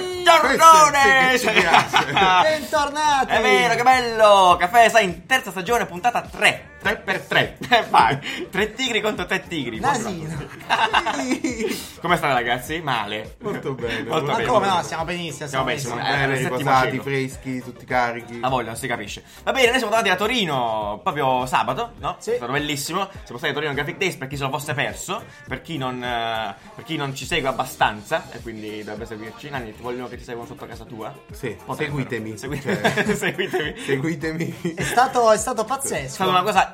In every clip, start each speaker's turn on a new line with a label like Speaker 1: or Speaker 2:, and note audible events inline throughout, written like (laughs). Speaker 1: Buongiorno!
Speaker 2: Questo è il che ci piace.
Speaker 3: Bentornati!
Speaker 1: (laughs) È vero, che bello! Caffè, sai, in terza stagione, puntata 3. (laughs) 3x3. Vai, 3 tigri contro 3 tigri.
Speaker 3: Nasino!
Speaker 1: (laughs) Come state ragazzi? Male.
Speaker 2: Molto bene,
Speaker 1: (laughs) Molto
Speaker 2: molto
Speaker 3: (laughs) Ma
Speaker 1: bene.
Speaker 3: come no? Siamo benissimo,
Speaker 1: Siamo
Speaker 3: siamo
Speaker 1: benissimo.
Speaker 3: benissimo.
Speaker 1: Eh,
Speaker 2: Bene,
Speaker 1: settimo
Speaker 2: riposati,
Speaker 1: cielo.
Speaker 2: freschi, tutti carichi.
Speaker 1: A voglia, non si capisce. Va bene, noi siamo tornati da Torino proprio sabato, no?
Speaker 3: Sì.
Speaker 1: È stato bellissimo. Siamo stati a Torino Graphic Days per chi se lo fosse perso, per chi non, eh, per chi non ci segue abbastanza e quindi dovrebbe seguirci. Nanni, ti vogliono che ti seguano sotto casa tua?
Speaker 2: Sì,
Speaker 1: Potrebbero.
Speaker 2: seguitemi.
Speaker 1: Segui-
Speaker 2: Cioè,
Speaker 1: (laughs) seguitemi.
Speaker 2: seguitemi.
Speaker 3: È stato, è stato
Speaker 1: È
Speaker 3: pazzesco.
Speaker 1: stata una cosa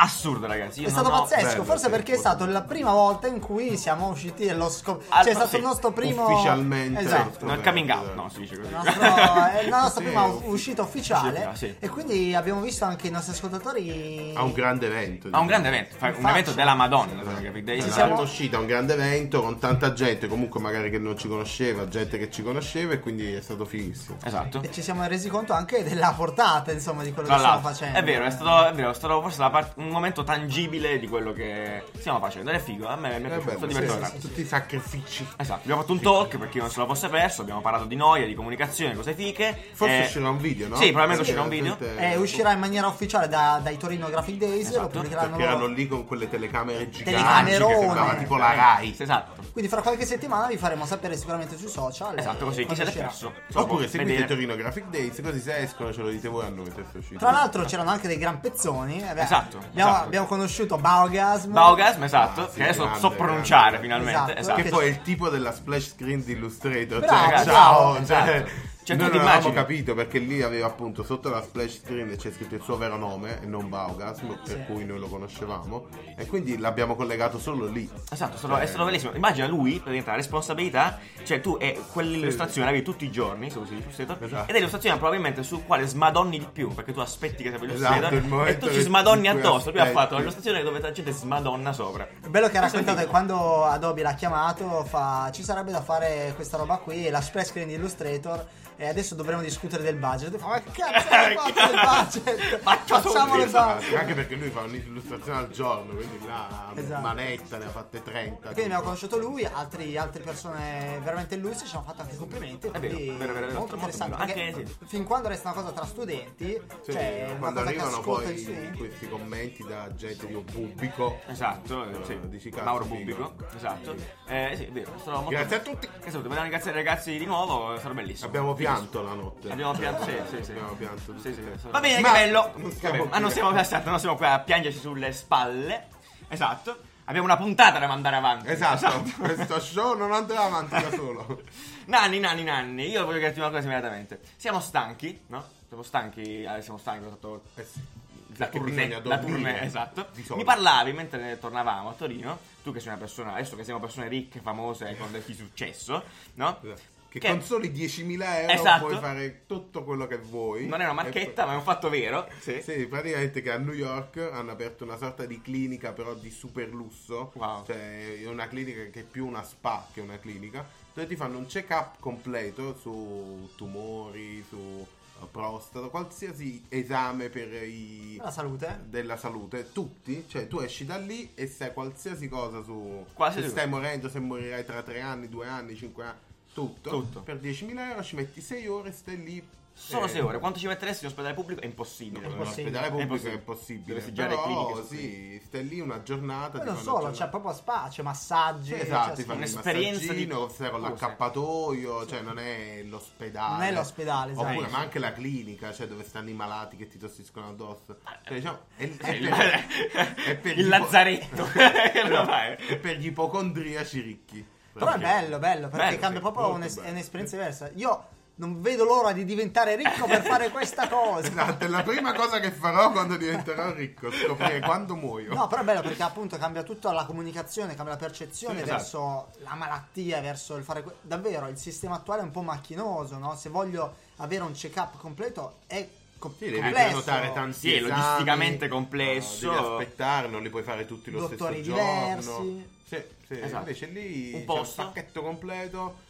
Speaker 1: assurda, ragazzi. Io
Speaker 3: È
Speaker 1: non
Speaker 3: stato
Speaker 1: ho-
Speaker 3: pazzesco,
Speaker 2: bello,
Speaker 3: forse
Speaker 2: sì,
Speaker 3: perché è
Speaker 2: molto
Speaker 3: stata
Speaker 2: bello.
Speaker 3: la prima volta in cui siamo usciti dallo scopo.
Speaker 1: Al-
Speaker 3: Cioè, è stato
Speaker 1: sì,
Speaker 3: il nostro primo.
Speaker 2: ufficialmente.
Speaker 3: Esatto.
Speaker 1: No, il coming out, no, si dice
Speaker 3: Il
Speaker 1: così. (laughs)
Speaker 3: nostro- è la nostra
Speaker 2: Sì,
Speaker 3: prima
Speaker 2: uffi-
Speaker 3: uscita ufficiale.
Speaker 1: sì.
Speaker 3: E quindi abbiamo visto anche i nostri ascoltatori.
Speaker 2: A un grande evento.
Speaker 1: Ma un grande evento, fa- un
Speaker 3: Infatti.
Speaker 1: evento della Madonna. Torino Graphic Days.
Speaker 2: Ci
Speaker 3: Ci
Speaker 2: siamo
Speaker 3: siamo-
Speaker 2: usciti a un grande evento con tanta gente, comunque magari che non ci conosceva, gente che ci conosceva e quindi è stato fighissimo.
Speaker 1: Esatto.
Speaker 3: E ci siamo resi conto anche della portata, insomma, di quello
Speaker 1: Tra
Speaker 3: che stiamo
Speaker 1: l'altro,
Speaker 3: facendo.
Speaker 1: è vero, eh. è stato, è vero, è stato forse la part- un momento tangibile di quello che stiamo facendo. Ed è figo, a me mi è
Speaker 2: Eh,
Speaker 1: piaciuto,
Speaker 2: bello,
Speaker 1: sto
Speaker 2: sì,
Speaker 1: divertendo
Speaker 2: sì, Eh,
Speaker 1: tanto.
Speaker 2: tutti i sacrifici.
Speaker 1: Esatto, abbiamo fatto un talk per chi non se lo fosse perso, abbiamo parlato di noia, di comunicazione, cose fiche.
Speaker 2: Forse
Speaker 1: eh,
Speaker 2: uscirà un video, no?
Speaker 1: Sì, probabilmente
Speaker 2: Perché
Speaker 1: uscirà un video.
Speaker 2: veramente-
Speaker 3: Eh, uscirà in maniera ufficiale da- dai Torino Graphic Days.
Speaker 1: Esatto,
Speaker 3: Lo pubblicaranno
Speaker 2: Perché erano
Speaker 3: loro.
Speaker 2: lì con quelle telecamere giganti
Speaker 3: Telecamerone.
Speaker 2: che sembrava tipo la Rai.
Speaker 1: Sì, Esatto.
Speaker 3: Quindi fra qualche settimana vi faremo sapere sicuramente sui social. eh,
Speaker 1: Esatto, così chi se
Speaker 3: quando
Speaker 1: l'è
Speaker 3: uscirà.
Speaker 1: perso. se lo può
Speaker 2: Oppure seguite
Speaker 1: vedere.
Speaker 2: Torino Graphic Days, così se escono ce lo dite voi a noi se uscite.
Speaker 3: Tra l'altro c'erano anche dei gran pezzoni. eh, beh,
Speaker 1: Esatto,
Speaker 3: Abbiamo,
Speaker 1: esatto.
Speaker 3: abbiamo conosciuto Baugasm.
Speaker 1: Baugasm, esatto,
Speaker 2: Ah, sì,
Speaker 1: che adesso
Speaker 2: grande,
Speaker 1: so pronunciare
Speaker 2: grande.
Speaker 1: finalmente. Esatto.
Speaker 3: Esatto.
Speaker 2: che poi è il tipo della splash screen di Illustrator.
Speaker 3: Bravo, bravo,
Speaker 2: cioè, ciao,
Speaker 1: esatto.
Speaker 2: cioè,
Speaker 1: Cioè,
Speaker 2: noi
Speaker 1: tu ti
Speaker 2: non avevamo
Speaker 1: immagini.
Speaker 2: capito perché lì aveva appunto sotto la splash screen c'è scritto il suo vero nome e non Baugasm, per
Speaker 3: Sì.
Speaker 2: cui noi lo conoscevamo e quindi l'abbiamo collegato solo lì.
Speaker 1: Esatto, è stato-
Speaker 2: Eh.
Speaker 1: è stato bellissimo. Immagina lui, praticamente la responsabilità, cioè tu e quell'illustrazione la vedi tutti i giorni, se usi l'illustrator,
Speaker 2: Esatto.
Speaker 1: ed è l'illustrazione probabilmente su quale smadonni di più, perché tu aspetti che sia l'illustrator
Speaker 2: Esatto, il
Speaker 1: e
Speaker 2: momento
Speaker 1: tu ci
Speaker 2: che-
Speaker 1: smadonni
Speaker 2: in cui
Speaker 1: addosso. Lui ha
Speaker 2: aspetti.
Speaker 1: fatto l'illustrazione dove la gente smadonna sopra.
Speaker 3: Il bello che ha
Speaker 1: Questo è
Speaker 3: raccontato è
Speaker 1: figo.
Speaker 3: quando Adobe l'ha chiamato, fa ci sarebbe da fare questa roba qui, la splash screen di Illustrator e adesso dovremo discutere del budget. Fa, ma che cazzo
Speaker 1: (laughs)
Speaker 3: hai fatto del budget?
Speaker 1: Faccio
Speaker 3: Facciamo
Speaker 1: tutti,
Speaker 3: le
Speaker 2: Esatto,
Speaker 3: budget.
Speaker 2: Anche perché lui fa un'illustrazione al giorno, quindi là
Speaker 3: Esatto.
Speaker 2: manetta ne ha fatte 30.
Speaker 3: Quindi abbiamo conosciuto lui, altri- altre persone veramente illustri, ci hanno fatto anche i complimenti.
Speaker 1: È vero,
Speaker 3: quindi
Speaker 1: vero, vero, vero,
Speaker 3: molto
Speaker 1: molto
Speaker 3: interessante.
Speaker 1: bello.
Speaker 3: perché
Speaker 1: Anche, sì.
Speaker 3: Fin quando resta una cosa tra studenti,
Speaker 2: Sì,
Speaker 3: cioè una
Speaker 2: quando
Speaker 3: cosa che
Speaker 2: arrivano
Speaker 3: ascolta
Speaker 2: poi
Speaker 3: gli studenti.
Speaker 2: questi commenti da gente di un pubblico
Speaker 1: Esatto, eh, sì.
Speaker 2: Eh, dici, cazzo,
Speaker 1: Mauro
Speaker 2: figo.
Speaker 1: Bubico. Esatto. Eh, sì, è vero. è stato molto-
Speaker 2: Grazie a tutti.
Speaker 1: Esatto, vogliamo ringraziare i ragazzi di nuovo, è stato bellissimo.
Speaker 2: Abbiamo pianto la notte.
Speaker 1: Abbiamo pianto, sì, sì, sì.
Speaker 2: Abbiamo pianto.
Speaker 1: Sì, sì,
Speaker 2: tutti.
Speaker 1: sì. Va bene,
Speaker 2: Ma
Speaker 1: che bello.
Speaker 2: non siamo
Speaker 1: Vabbè,
Speaker 2: qui.
Speaker 1: ma non siamo, esatto, non siamo qua a piangerci sulle spalle. Esatto. Abbiamo una puntata da mandare avanti.
Speaker 2: Esatto, questo show non andrà avanti da
Speaker 1: (laughs)
Speaker 2: solo.
Speaker 1: Nanni, Nanni, Nanni, io voglio chiederti una cosa immediatamente. Siamo stanchi, no? Siamo stanchi, eh, siamo stanchi, ho fatto
Speaker 2: Eh sì.
Speaker 1: la
Speaker 2: Perché
Speaker 1: tournée,
Speaker 2: bisogna
Speaker 1: la
Speaker 2: dormire,
Speaker 1: tournée, esatto.
Speaker 2: di solito.
Speaker 1: Mi parlavi mentre tornavamo a Torino, tu che sei una persona, adesso che siamo persone ricche, famose, con del successo, no?
Speaker 2: Esatto. Che,
Speaker 1: Che-
Speaker 2: con soli 10.000 euro
Speaker 1: Esatto.
Speaker 2: puoi fare tutto quello che vuoi.
Speaker 1: Non è una marchetta, ma è un fatto vero.
Speaker 2: E poi-
Speaker 1: Sì.
Speaker 2: Sì, praticamente che a New York hanno aperto una sorta di clinica però di super lusso.
Speaker 1: Wow.
Speaker 2: Cioè è una clinica che è più una spa che una clinica. Dove ti fanno un check up completo su tumori, su eh, prostata, qualsiasi esame per i...
Speaker 1: Ah.
Speaker 3: La salute.
Speaker 2: della salute, tutti, cioè tu esci da lì e sai qualsiasi cosa su
Speaker 1: Qualsiasi
Speaker 2: se stai morendo, se morirai tra 3 anni, 2 anni, 5 anni, tutto.
Speaker 1: Tutto.
Speaker 2: Per 10.000 euro ci metti 6 ore, stai lì.
Speaker 1: Solo
Speaker 2: eh,
Speaker 1: 6 ore. Quanto ci metteresti in ospedale pubblico? È impossibile.
Speaker 2: No, in
Speaker 1: (laughs)
Speaker 3: possibile.
Speaker 2: ospedale pubblico
Speaker 1: possibile.
Speaker 2: è impossibile.
Speaker 1: Dovresti girare
Speaker 2: Però
Speaker 1: cliniche su
Speaker 2: sì, stai lì una giornata.
Speaker 3: Poi
Speaker 2: ti
Speaker 3: non
Speaker 2: fanno
Speaker 3: solo,
Speaker 2: il
Speaker 3: c'è
Speaker 2: giorno-
Speaker 3: proprio spa, c'è massaggi. cioè,
Speaker 2: Sì, esatto, ti
Speaker 3: c'è-
Speaker 2: fanno
Speaker 1: un'esperienza di-
Speaker 2: un'esperienza di... sai, con
Speaker 1: Cose.
Speaker 2: l'accappatoio, cioè non è l'ospedale.
Speaker 3: Non è l'ospedale, esatto.
Speaker 2: Oppure,
Speaker 1: Sì.
Speaker 2: ma anche la clinica, cioè dove stanno i malati che ti tossiscono addosso. Cioè, diciamo, è, è-
Speaker 1: Eh,
Speaker 2: è
Speaker 1: (laughs)
Speaker 2: per
Speaker 1: il
Speaker 2: gli- (laughs)
Speaker 1: lazzaretto. Lo fai.
Speaker 2: e per gli ipocondriaci ricchi.
Speaker 3: Però è
Speaker 1: Perché?
Speaker 2: (laughs)
Speaker 3: bello, bello, perché
Speaker 1: Bello,
Speaker 3: cambia
Speaker 1: sì,
Speaker 3: proprio
Speaker 2: molto
Speaker 3: un'es-
Speaker 2: bello.
Speaker 3: è un'esperienza diversa. Io non vedo l'ora di diventare ricco per fare
Speaker 1: (laughs)
Speaker 3: questa cosa.
Speaker 2: Esatto, è la prima cosa che farò quando diventerò ricco, scoprire quando muoio.
Speaker 3: No, però è bello perché appunto cambia tutta la comunicazione, cambia la percezione
Speaker 1: Sì, esatto.
Speaker 3: verso la malattia, verso il fare... que- Davvero, il sistema attuale è un po' macchinoso, no? Se voglio avere un check-up completo è co-
Speaker 2: Sì, devi anche
Speaker 3: complesso.
Speaker 2: annotare tanti
Speaker 1: Sì, è
Speaker 2: esami,
Speaker 1: logisticamente complesso.
Speaker 2: no, devi aspettare, non li puoi fare tutti lo
Speaker 3: Dottori
Speaker 2: stesso giorno.
Speaker 3: diversi.
Speaker 2: Sì, sì.
Speaker 1: Esatto.
Speaker 2: Invece lì
Speaker 1: Un
Speaker 2: c'è
Speaker 1: posto.
Speaker 2: un pacchetto completo,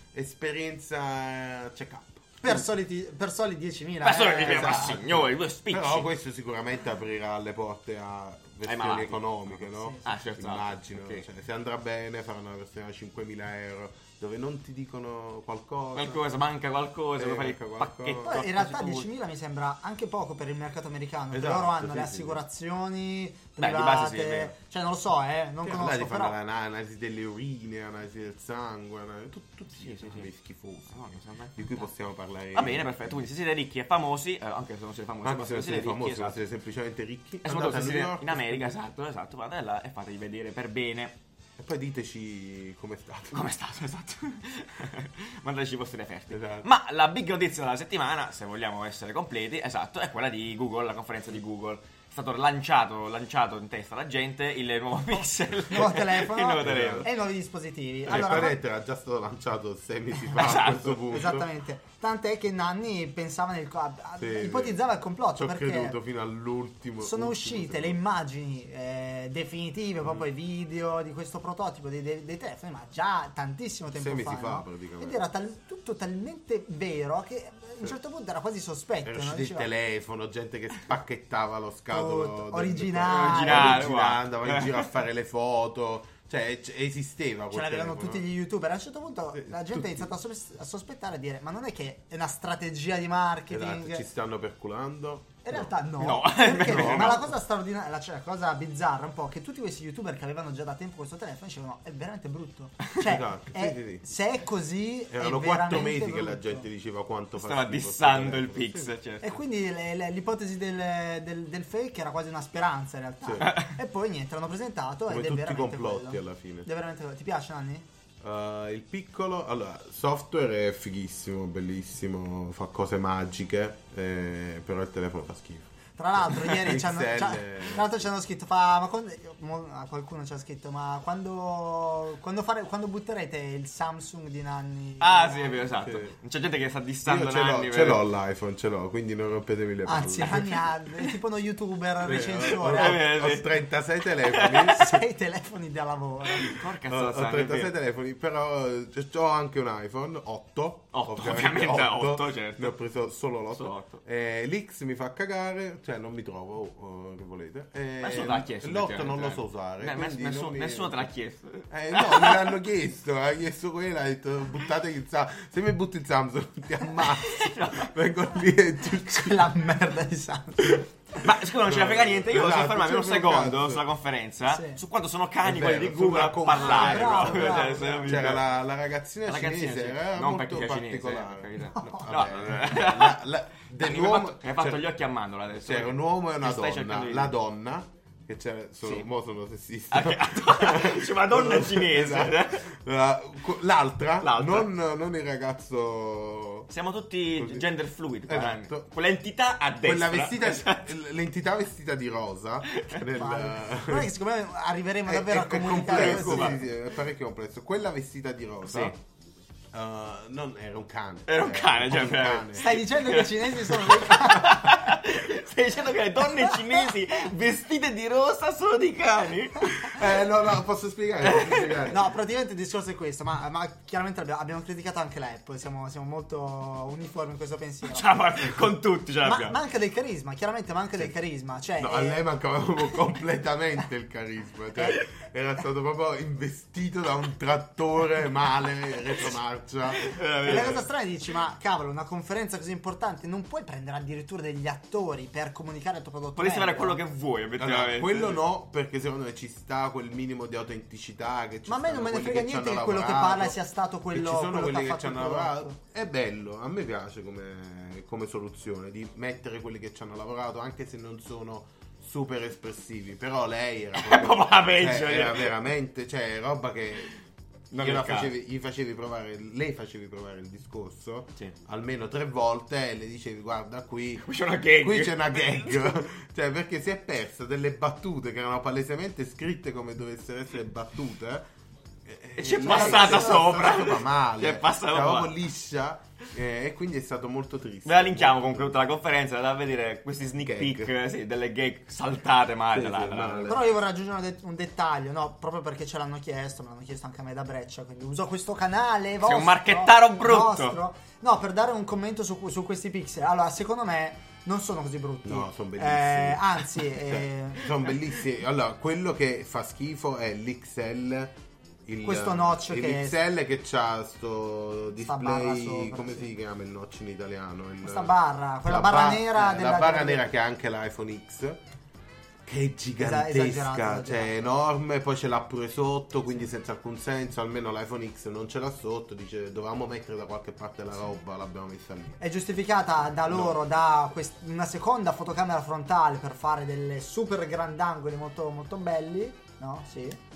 Speaker 2: esperienza check up.
Speaker 3: Per soli, ti- per soli 10.000.
Speaker 1: Ma solo
Speaker 3: eh,
Speaker 1: che
Speaker 2: esatto.
Speaker 1: ma signore, due spicci.
Speaker 2: Però questo sicuramente aprirà le porte a versioni
Speaker 1: malati.
Speaker 2: economiche, no?
Speaker 1: Ah, certo.
Speaker 2: Immagino,
Speaker 1: Ok.
Speaker 2: cioè, se andrà bene faranno una versione a 5.000 euro, dove non ti dicono qualcosa.
Speaker 1: Qualcosa, manca qualcosa,
Speaker 2: Eh,
Speaker 1: vuoi fare il
Speaker 2: manca qualcosa.
Speaker 1: pacchetto.
Speaker 3: Poi in
Speaker 1: a
Speaker 3: realtà
Speaker 1: tutti.
Speaker 3: 10.000 mi sembra anche poco per il mercato americano, perché
Speaker 2: Esatto,
Speaker 3: loro hanno
Speaker 2: sì,
Speaker 3: le
Speaker 2: sì.
Speaker 3: assicurazioni
Speaker 1: Beh, di
Speaker 3: private,
Speaker 1: base sì, è vero.
Speaker 3: cioè non lo so, eh, non
Speaker 2: Cioè, là
Speaker 3: conosco
Speaker 2: ti fanno
Speaker 3: però.
Speaker 2: l'analisi delle urine, analisi del sangue, analisi- tut- tutti
Speaker 1: Sì, sì,
Speaker 2: sì,
Speaker 1: sì.
Speaker 2: schifosi
Speaker 1: No, non so mai.
Speaker 2: di cui possiamo parlare.
Speaker 1: Va bene, perfetto. Quindi se siete ricchi e famosi, eh, anche se non siete famosi,
Speaker 2: Anche
Speaker 1: ma
Speaker 2: se non siete
Speaker 1: ricchi,
Speaker 2: famosi, se
Speaker 1: esatto.
Speaker 2: siete semplicemente ricchi,
Speaker 1: E soprattutto
Speaker 2: andate a
Speaker 1: se
Speaker 2: New
Speaker 1: siete
Speaker 2: York
Speaker 1: in America, esatto, esatto, andate là e fatevi vedere per bene
Speaker 2: e poi diteci com'è stato.
Speaker 1: com'è stato, (laughs) esatto. Mandateci i vostri referti.
Speaker 2: Esatto.
Speaker 1: Ma la big notizia della settimana, se vogliamo essere completi, esatto, è quella di Google, la conferenza di Google. È stato lanciato, lanciato in testa alla gente il
Speaker 2: Oh,
Speaker 1: nuovo Pixel. (laughs)
Speaker 3: Il nuovo telefono,
Speaker 1: il nuovo telefono.
Speaker 2: Eh,
Speaker 3: e i nuovi dispositivi.
Speaker 2: Cioè, Il
Speaker 3: Allora,
Speaker 2: pianeta era già stato lanciato sei mesi fa a
Speaker 1: Esatto,
Speaker 2: questo punto.
Speaker 3: Esattamente. Tant'è che Nanni pensava nel co- a-
Speaker 2: Sì,
Speaker 3: ipotizzava il complotto
Speaker 2: Ci ho
Speaker 3: perché
Speaker 2: creduto fino all'ultimo.
Speaker 3: sono
Speaker 2: ultimo
Speaker 3: uscite
Speaker 2: secondo. Mm.
Speaker 3: le immagini eh, definitive, proprio i video di questo prototipo dei, dei- dei telefoni, ma già tantissimo tempo
Speaker 2: Sei
Speaker 3: fa.
Speaker 2: mesi fa,
Speaker 3: no?
Speaker 2: praticamente.
Speaker 3: Ed era tal- tutto talmente vero che eh, a un certo punto era quasi sospetto. no?
Speaker 2: Era uscito il
Speaker 3: Diceva,
Speaker 2: telefono, gente che spacchettava lo scatolo.
Speaker 3: Tutto,
Speaker 2: del-
Speaker 3: originale.
Speaker 2: originale,
Speaker 1: guarda.
Speaker 2: andava in
Speaker 1: (laughs)
Speaker 2: giro a fare le foto. Cioè, c- esisteva
Speaker 3: Ce
Speaker 2: quel
Speaker 3: l'avevano
Speaker 2: telefono.
Speaker 3: tutti gli youtuber. A un certo punto
Speaker 2: Sì,
Speaker 3: la gente
Speaker 2: tutti.
Speaker 3: ha iniziato a, sos- a sospettare e dire: Ma non è che è una strategia di marketing?
Speaker 2: Esatto, ci stanno perculando.
Speaker 3: In realtà no,
Speaker 2: (laughs)
Speaker 1: No,
Speaker 3: Perché
Speaker 1: no.
Speaker 3: no? ma la cosa straordinaria, la- cioè la cosa bizzarra un po' è che tutti questi youtuber che avevano già da tempo questo telefono dicevano è veramente
Speaker 2: (laughs)
Speaker 3: brutto. Cioè,
Speaker 2: Esatto,
Speaker 3: è-
Speaker 2: sì, sì, sì.
Speaker 3: se è così... è
Speaker 2: Erano quattro
Speaker 3: veramente
Speaker 2: mesi che la
Speaker 3: brutto.
Speaker 2: gente diceva quanto
Speaker 1: Stava
Speaker 2: fastidio sto
Speaker 1: dissando il
Speaker 2: telefono.
Speaker 1: Pixel, certo.
Speaker 3: E quindi le- le- l'ipotesi del, del- del fake era quasi una speranza in realtà. E poi niente, l'hanno presentato
Speaker 2: Come
Speaker 3: ed è
Speaker 2: tutti i
Speaker 3: veramente...
Speaker 2: complotti
Speaker 3: quello.
Speaker 2: alla fine.
Speaker 3: Ed è veramente quello. Ti piace Nanni?
Speaker 2: Uh, il piccolo, allora, software è fighissimo, bellissimo, fa cose magiche, eh, però il telefono fa schifo.
Speaker 3: Tra l'altro, ieri ci hanno,
Speaker 2: XL.
Speaker 3: ci ha- tra l'altro ci hanno scritto: fa, ma quando, mo- a qualcuno ci ha scritto, ma quando, quando, fare- quando butterete il Samsung di Nanni?
Speaker 1: Ah, sì, è vero, esatto.
Speaker 2: Sì.
Speaker 1: C'è gente che sta
Speaker 2: Io
Speaker 1: dissando
Speaker 2: ce l'ho,
Speaker 1: Nanni.
Speaker 2: ce
Speaker 1: per-
Speaker 2: l'ho l'iPhone, ce l'ho, quindi non rompetemi le palle.
Speaker 3: Anzi, Nanni ha- è tipo uno youtuber
Speaker 1: Eh,
Speaker 3: recensore.
Speaker 1: eh,
Speaker 2: Ho, ho- ho 36 (laughs) telefoni.
Speaker 3: (laughs) Sei telefoni da lavoro. (laughs)
Speaker 1: Porca
Speaker 2: Ho, ho
Speaker 1: zozza, è
Speaker 2: 36
Speaker 1: vero.
Speaker 2: telefoni, però eh, ho anche un iPhone 8.
Speaker 1: Otto, ovviamente, otto, certo.
Speaker 2: Ne ho preso solo l'8.
Speaker 1: Solo otto.
Speaker 2: L'X mi fa cagare, cioè non mi trovo, oh, oh, che volete. Eh,
Speaker 1: Nessuno te l'ha chiesto.
Speaker 2: L'8
Speaker 1: effettivamente,
Speaker 2: non lo
Speaker 1: eh.
Speaker 2: so usare.
Speaker 1: Ne-
Speaker 2: quindi
Speaker 1: nessuno-
Speaker 2: non mi-
Speaker 1: Nessuno te l'ha chiesto.
Speaker 2: Eh, no, me l'hanno chiesto, ha chiesto quella, ha detto buttate il Samsung, se mi butti il Samsung (laughs) ti
Speaker 1: (laughs)
Speaker 2: ammazzo, vengo lì e ti uccido.
Speaker 3: Quella merda di Samsung.
Speaker 1: Ma scusa, non ce la frega niente. Io
Speaker 2: Esatto,
Speaker 1: sono fermato un
Speaker 2: c'è un
Speaker 1: secondo
Speaker 2: cazzo.
Speaker 1: sulla conferenza eh,
Speaker 3: Sì.
Speaker 1: su quanto sono cani
Speaker 2: È
Speaker 1: quelli
Speaker 2: vero,
Speaker 1: di Google a
Speaker 2: sembra come-
Speaker 1: parlare.
Speaker 3: Ah, bravo,
Speaker 1: proprio,
Speaker 3: bravo,
Speaker 1: cioè,
Speaker 3: bravo.
Speaker 1: sembra-
Speaker 2: C'era la, la ragazzina
Speaker 1: La ragazzina,
Speaker 2: cinese,
Speaker 1: sì.
Speaker 2: era
Speaker 1: Non
Speaker 2: molto
Speaker 1: perché sia cinese,
Speaker 2: particolare.
Speaker 1: per carità. No.
Speaker 2: vabbè,
Speaker 1: No. (laughs)
Speaker 2: eh, la- la-
Speaker 1: Perché mi hai
Speaker 2: dell'uomo-
Speaker 1: fatto, mi hai fatto
Speaker 2: c'era-
Speaker 1: gli occhi a mandorla adesso.
Speaker 2: C'era cioè, un uomo e una
Speaker 1: Ti stai
Speaker 2: donna,
Speaker 1: cercando di-
Speaker 2: la donna, che c'era, sono,
Speaker 1: Sì.
Speaker 2: mo sono sessista.
Speaker 1: Ah, (laughs) che- Cioè, Madonna cinese. eh.
Speaker 2: (laughs) Esatto. La- l'altra,
Speaker 1: L'altra.
Speaker 2: Non, non il ragazzo...
Speaker 1: Siamo tutti
Speaker 2: Così.
Speaker 1: gender fluid. guarda.
Speaker 2: Esatto.
Speaker 1: Quell'entità a destra.
Speaker 2: Quella vestita,
Speaker 1: Esatto.
Speaker 2: l- l'entità vestita di rosa nel,
Speaker 3: Guarda che siccome arriveremo
Speaker 2: è,
Speaker 3: davvero
Speaker 2: Eh,
Speaker 3: a
Speaker 2: è- è
Speaker 3: comunicare
Speaker 2: complesso,
Speaker 3: questi-
Speaker 2: sì, sì, è parecchio complesso. Quella vestita di rosa,
Speaker 1: Sì.
Speaker 2: eh, non era un cane, Eh,
Speaker 1: Era un cane,
Speaker 2: un
Speaker 1: cioè,
Speaker 2: cane.
Speaker 3: Stai dicendo che i cinesi sono dei cani?
Speaker 1: Stai dicendo che le donne cinesi
Speaker 2: (laughs)
Speaker 1: vestite di rossa sono dei cani?
Speaker 2: Eh, no, no, posso spiegare? (laughs) Posso spiegare?
Speaker 3: No, praticamente il discorso è questo, ma, ma chiaramente abbiamo, abbiamo criticato anche la Apple, siamo, siamo molto uniformi in questo pensiero.
Speaker 1: Cioè, ma con tutti ce
Speaker 3: Ma,
Speaker 1: l'abbiamo.
Speaker 3: manca del carisma, chiaramente manca del carisma. Cioè,
Speaker 2: No,
Speaker 3: eh,
Speaker 2: a lei mancava proprio completamente il carisma, cioè era stato proprio investito da un trattore male, retromarcia.
Speaker 1: Veramente.
Speaker 3: E la cosa strana è dici, ma cavolo, una conferenza così importante, non puoi prendere addirittura degli attori per comunicare il tuo prodotto.
Speaker 2: eh,
Speaker 1: Potresti fare
Speaker 3: meglio?
Speaker 1: quello che vuoi,
Speaker 2: Allora,
Speaker 1: effettivamente.
Speaker 2: quello no, perché secondo me ci sta quel minimo di autenticità che ci
Speaker 3: Ma a me non me ne
Speaker 2: stanno quelli
Speaker 3: frega
Speaker 2: che ci
Speaker 3: niente
Speaker 2: hanno
Speaker 3: che quello che
Speaker 2: lavorato,
Speaker 3: parla sia stato
Speaker 2: che
Speaker 3: quello-
Speaker 2: ci sono
Speaker 3: quello che
Speaker 2: quelli
Speaker 3: ha
Speaker 2: che,
Speaker 3: fatto
Speaker 2: ci hanno
Speaker 3: il prodotto.
Speaker 2: lavorato. È bello, a me piace come, come soluzione di mettere quelli che ci hanno lavorato, anche se non sono super espressivi. Però
Speaker 1: (laughs)
Speaker 2: lei era
Speaker 1: Proprio la peggio,
Speaker 2: cioè, era
Speaker 1: eh.
Speaker 2: veramente, cioè, roba che
Speaker 1: Non
Speaker 2: gliela
Speaker 1: è il caso.
Speaker 2: facevi- gli facevi provare, lei facevi provare il discorso
Speaker 1: Sì.
Speaker 2: almeno tre volte e le dicevi guarda qui
Speaker 1: Qui c'è una gag.
Speaker 2: qui c'è una gag (laughs) cioè perché si è persa delle battute che erano palesemente scritte come dovessero essere battute
Speaker 1: E ci è
Speaker 2: lei
Speaker 1: passata
Speaker 2: ci è
Speaker 1: sopra.
Speaker 2: passata male
Speaker 1: Ci è passata
Speaker 2: Era
Speaker 1: male.
Speaker 2: proprio liscia eh, e quindi è stato molto triste
Speaker 1: Ve la linkiamo comunque tutta la conferenza, andate a vedere questi sneak
Speaker 2: Gag.
Speaker 1: peek, eh, sì, delle gag saltate male.
Speaker 2: Sì,
Speaker 1: là,
Speaker 2: sì,
Speaker 1: là,
Speaker 2: male.
Speaker 1: là.
Speaker 3: Però io vorrei aggiungere un, det- un dettaglio, no? Proprio perché ce l'hanno chiesto, me l'hanno chiesto anche a me da Breccia, quindi uso questo canale vostro.
Speaker 1: un marchettaro brutto.
Speaker 3: vostro. No, per dare un commento su, su questi pixel. Allora, secondo me non sono così brutti.
Speaker 2: No, sono bellissimi.
Speaker 3: Eh, anzi,
Speaker 2: (laughs) Cioè,
Speaker 3: eh,
Speaker 2: sono bellissimi. Allora, quello che fa schifo è l'XL il,
Speaker 3: Questo notch
Speaker 2: il
Speaker 3: che-
Speaker 2: XL che c'ha
Speaker 3: barra
Speaker 2: sto display
Speaker 3: sopra,
Speaker 2: come
Speaker 3: sì.
Speaker 2: si chiama il notch in italiano Il-
Speaker 3: Questa barra, quella
Speaker 2: la
Speaker 3: barra
Speaker 2: ba-
Speaker 3: nera
Speaker 2: eh,
Speaker 3: della-
Speaker 2: la barra
Speaker 3: della-
Speaker 2: nera che ha anche l'iPhone X che è gigantesca,
Speaker 3: esagerato,
Speaker 2: cioè è
Speaker 3: esagerato.
Speaker 2: enorme, poi ce l'ha pure sotto, quindi senza alcun senso, almeno l'iPhone X non ce l'ha sotto, dice dovevamo mettere da qualche parte la roba, l'abbiamo messa lì.
Speaker 3: È giustificata da loro da quest- una seconda fotocamera frontale per fare delle super grandangoli molto, molto belli. No? Sì.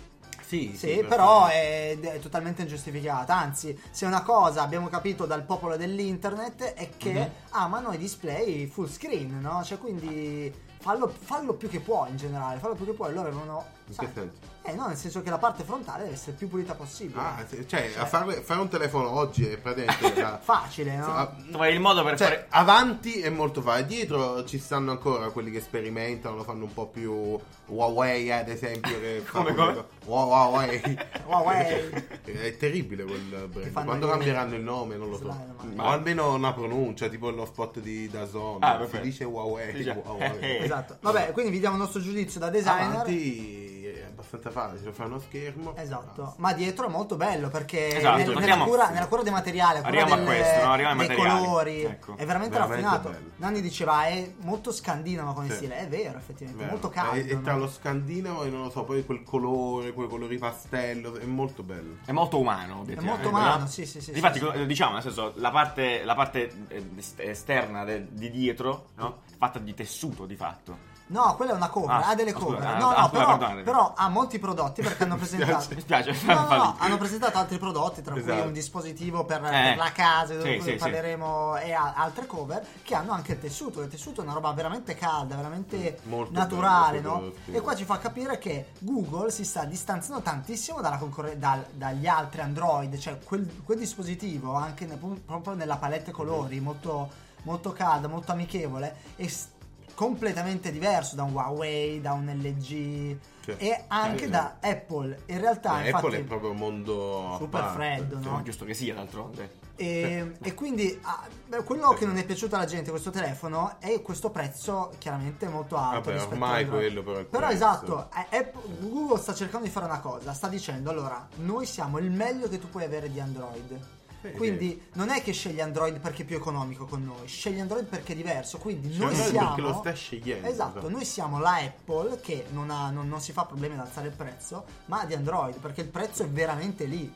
Speaker 2: Sì,
Speaker 3: Sì, però è, è totalmente ingiustificata. Anzi, se una cosa abbiamo capito dal popolo dell'internet è che
Speaker 2: Mhm.
Speaker 3: amano i display full screen, no? Cioè, quindi fallo, fallo più che puoi in generale, fallo più che puoi. Loro avevano.
Speaker 2: In
Speaker 3: sai-
Speaker 2: che senso?
Speaker 3: eh no, nel senso che la parte frontale deve essere più pulita possibile.
Speaker 2: Ah, sì, cioè, a fare, fare un telefono oggi è praticamente... la-
Speaker 3: Facile, no?
Speaker 2: a-
Speaker 1: Insomma, il modo per
Speaker 2: Cioè,
Speaker 1: fare.
Speaker 2: avanti è molto facile. Dietro ci stanno ancora quelli che sperimentano, lo fanno un po' più Huawei, eh, ad esempio. Che fa
Speaker 1: Come,
Speaker 2: quello-
Speaker 1: come?
Speaker 2: Huawei.
Speaker 3: Huawei.
Speaker 2: è terribile quel brand.
Speaker 3: fanno
Speaker 2: Quando
Speaker 3: gli-
Speaker 2: cambieranno il nome, non lo so.
Speaker 3: Slime, ma-
Speaker 2: Ma o almeno una pronuncia, tipo lo spot di Dazon.
Speaker 1: Ah,
Speaker 2: si
Speaker 1: perfetto.
Speaker 2: dice Huawei.
Speaker 1: Si dice-
Speaker 2: Huawei.
Speaker 3: (laughs) Esatto. Vabbè, quindi vi diamo il nostro giudizio da designer.
Speaker 2: Avanti è abbastanza facile, lo fanno uno schermo.
Speaker 3: Esatto, ma dietro è molto bello perché
Speaker 1: Esatto,
Speaker 3: nel- nella,
Speaker 1: torniamo-
Speaker 3: cura, nella cura dei materiali, la cura
Speaker 1: Arriviamo a
Speaker 3: del-
Speaker 1: questo, no? Arriviamo ai
Speaker 3: dei
Speaker 1: materiali.
Speaker 3: colori,
Speaker 1: Ecco.
Speaker 3: è veramente,
Speaker 2: Veramente
Speaker 3: raffinato.
Speaker 2: bello.
Speaker 3: Nanni diceva è molto scandinavo come
Speaker 2: Sì.
Speaker 3: stile, è vero effettivamente,
Speaker 2: Vero.
Speaker 3: molto caldo.
Speaker 2: E, e tra
Speaker 3: no?
Speaker 2: lo scandinavo e non lo so, poi quel colore, quei colori pastello, è molto bello.
Speaker 1: È molto umano,
Speaker 3: È
Speaker 1: obiettivamente.
Speaker 3: molto
Speaker 1: no?
Speaker 3: umano, sì sì sì.
Speaker 1: Infatti,
Speaker 3: sì, sì.
Speaker 1: co- diciamo, nel senso, la parte, la parte, eh, est- esterna de- di dietro, no? È fatta di tessuto, di fatto.
Speaker 3: No, quella è una cover,
Speaker 1: Ah,
Speaker 3: ha delle
Speaker 1: ah, scusa,
Speaker 3: cover.
Speaker 1: ah,
Speaker 3: no,
Speaker 1: ah,
Speaker 3: no,
Speaker 1: scusa,
Speaker 3: però,
Speaker 1: perdonate.
Speaker 3: però ha molti prodotti perché hanno presentato...
Speaker 1: Mi spiace.
Speaker 3: No, no, no,
Speaker 1: Falli.
Speaker 3: hanno presentato altri prodotti, tra cui
Speaker 2: Esatto.
Speaker 3: un dispositivo per,
Speaker 1: Eh.
Speaker 3: per la casa,
Speaker 1: Sì,
Speaker 3: di cui
Speaker 1: sì,
Speaker 3: parleremo, e a- altre cover, che hanno anche il tessuto. Il tessuto è una roba veramente calda, veramente
Speaker 2: Mm, molto
Speaker 3: naturale,
Speaker 2: bello,
Speaker 3: no?
Speaker 2: sì.
Speaker 3: E qua ci fa capire che Google si sta distanziando tantissimo dalla concorre- dal- dagli altri Android, cioè quel, quel dispositivo, anche ne- proprio nella palette colori, molto, molto calda, molto amichevole, è s- completamente diverso da un Huawei, da un LG...
Speaker 2: Cioè,
Speaker 3: E anche
Speaker 2: sì.
Speaker 3: da Apple, in realtà,
Speaker 2: Eh,
Speaker 3: infatti,
Speaker 2: Apple è proprio un mondo a
Speaker 3: Super
Speaker 2: parte,
Speaker 3: freddo,
Speaker 2: sì.
Speaker 1: No,
Speaker 3: no?
Speaker 1: giusto che sia, d'altronde.
Speaker 3: E, e quindi ah, beh, quello che non è piaciuto alla gente questo telefono è questo prezzo chiaramente molto alto.
Speaker 2: Vabbè,
Speaker 3: rispetto
Speaker 2: ormai
Speaker 3: al-
Speaker 2: quello però è il
Speaker 3: Però
Speaker 2: prezzo.
Speaker 3: esatto, eh, Apple- Google sta cercando di fare una cosa, sta dicendo allora, noi siamo il meglio che tu puoi avere di Android.
Speaker 2: Sì,
Speaker 3: Quindi non è che scegli Android perché è più economico con noi, scegli Android perché è diverso. Quindi noi
Speaker 2: Cioè, Android
Speaker 3: siamo.
Speaker 2: perché lo stai scegliendo,
Speaker 3: Esatto,
Speaker 2: esatto.
Speaker 3: noi siamo la Apple che non, ha- non- non si fa problemi ad alzare il prezzo, ma di Android perché il prezzo è veramente lì.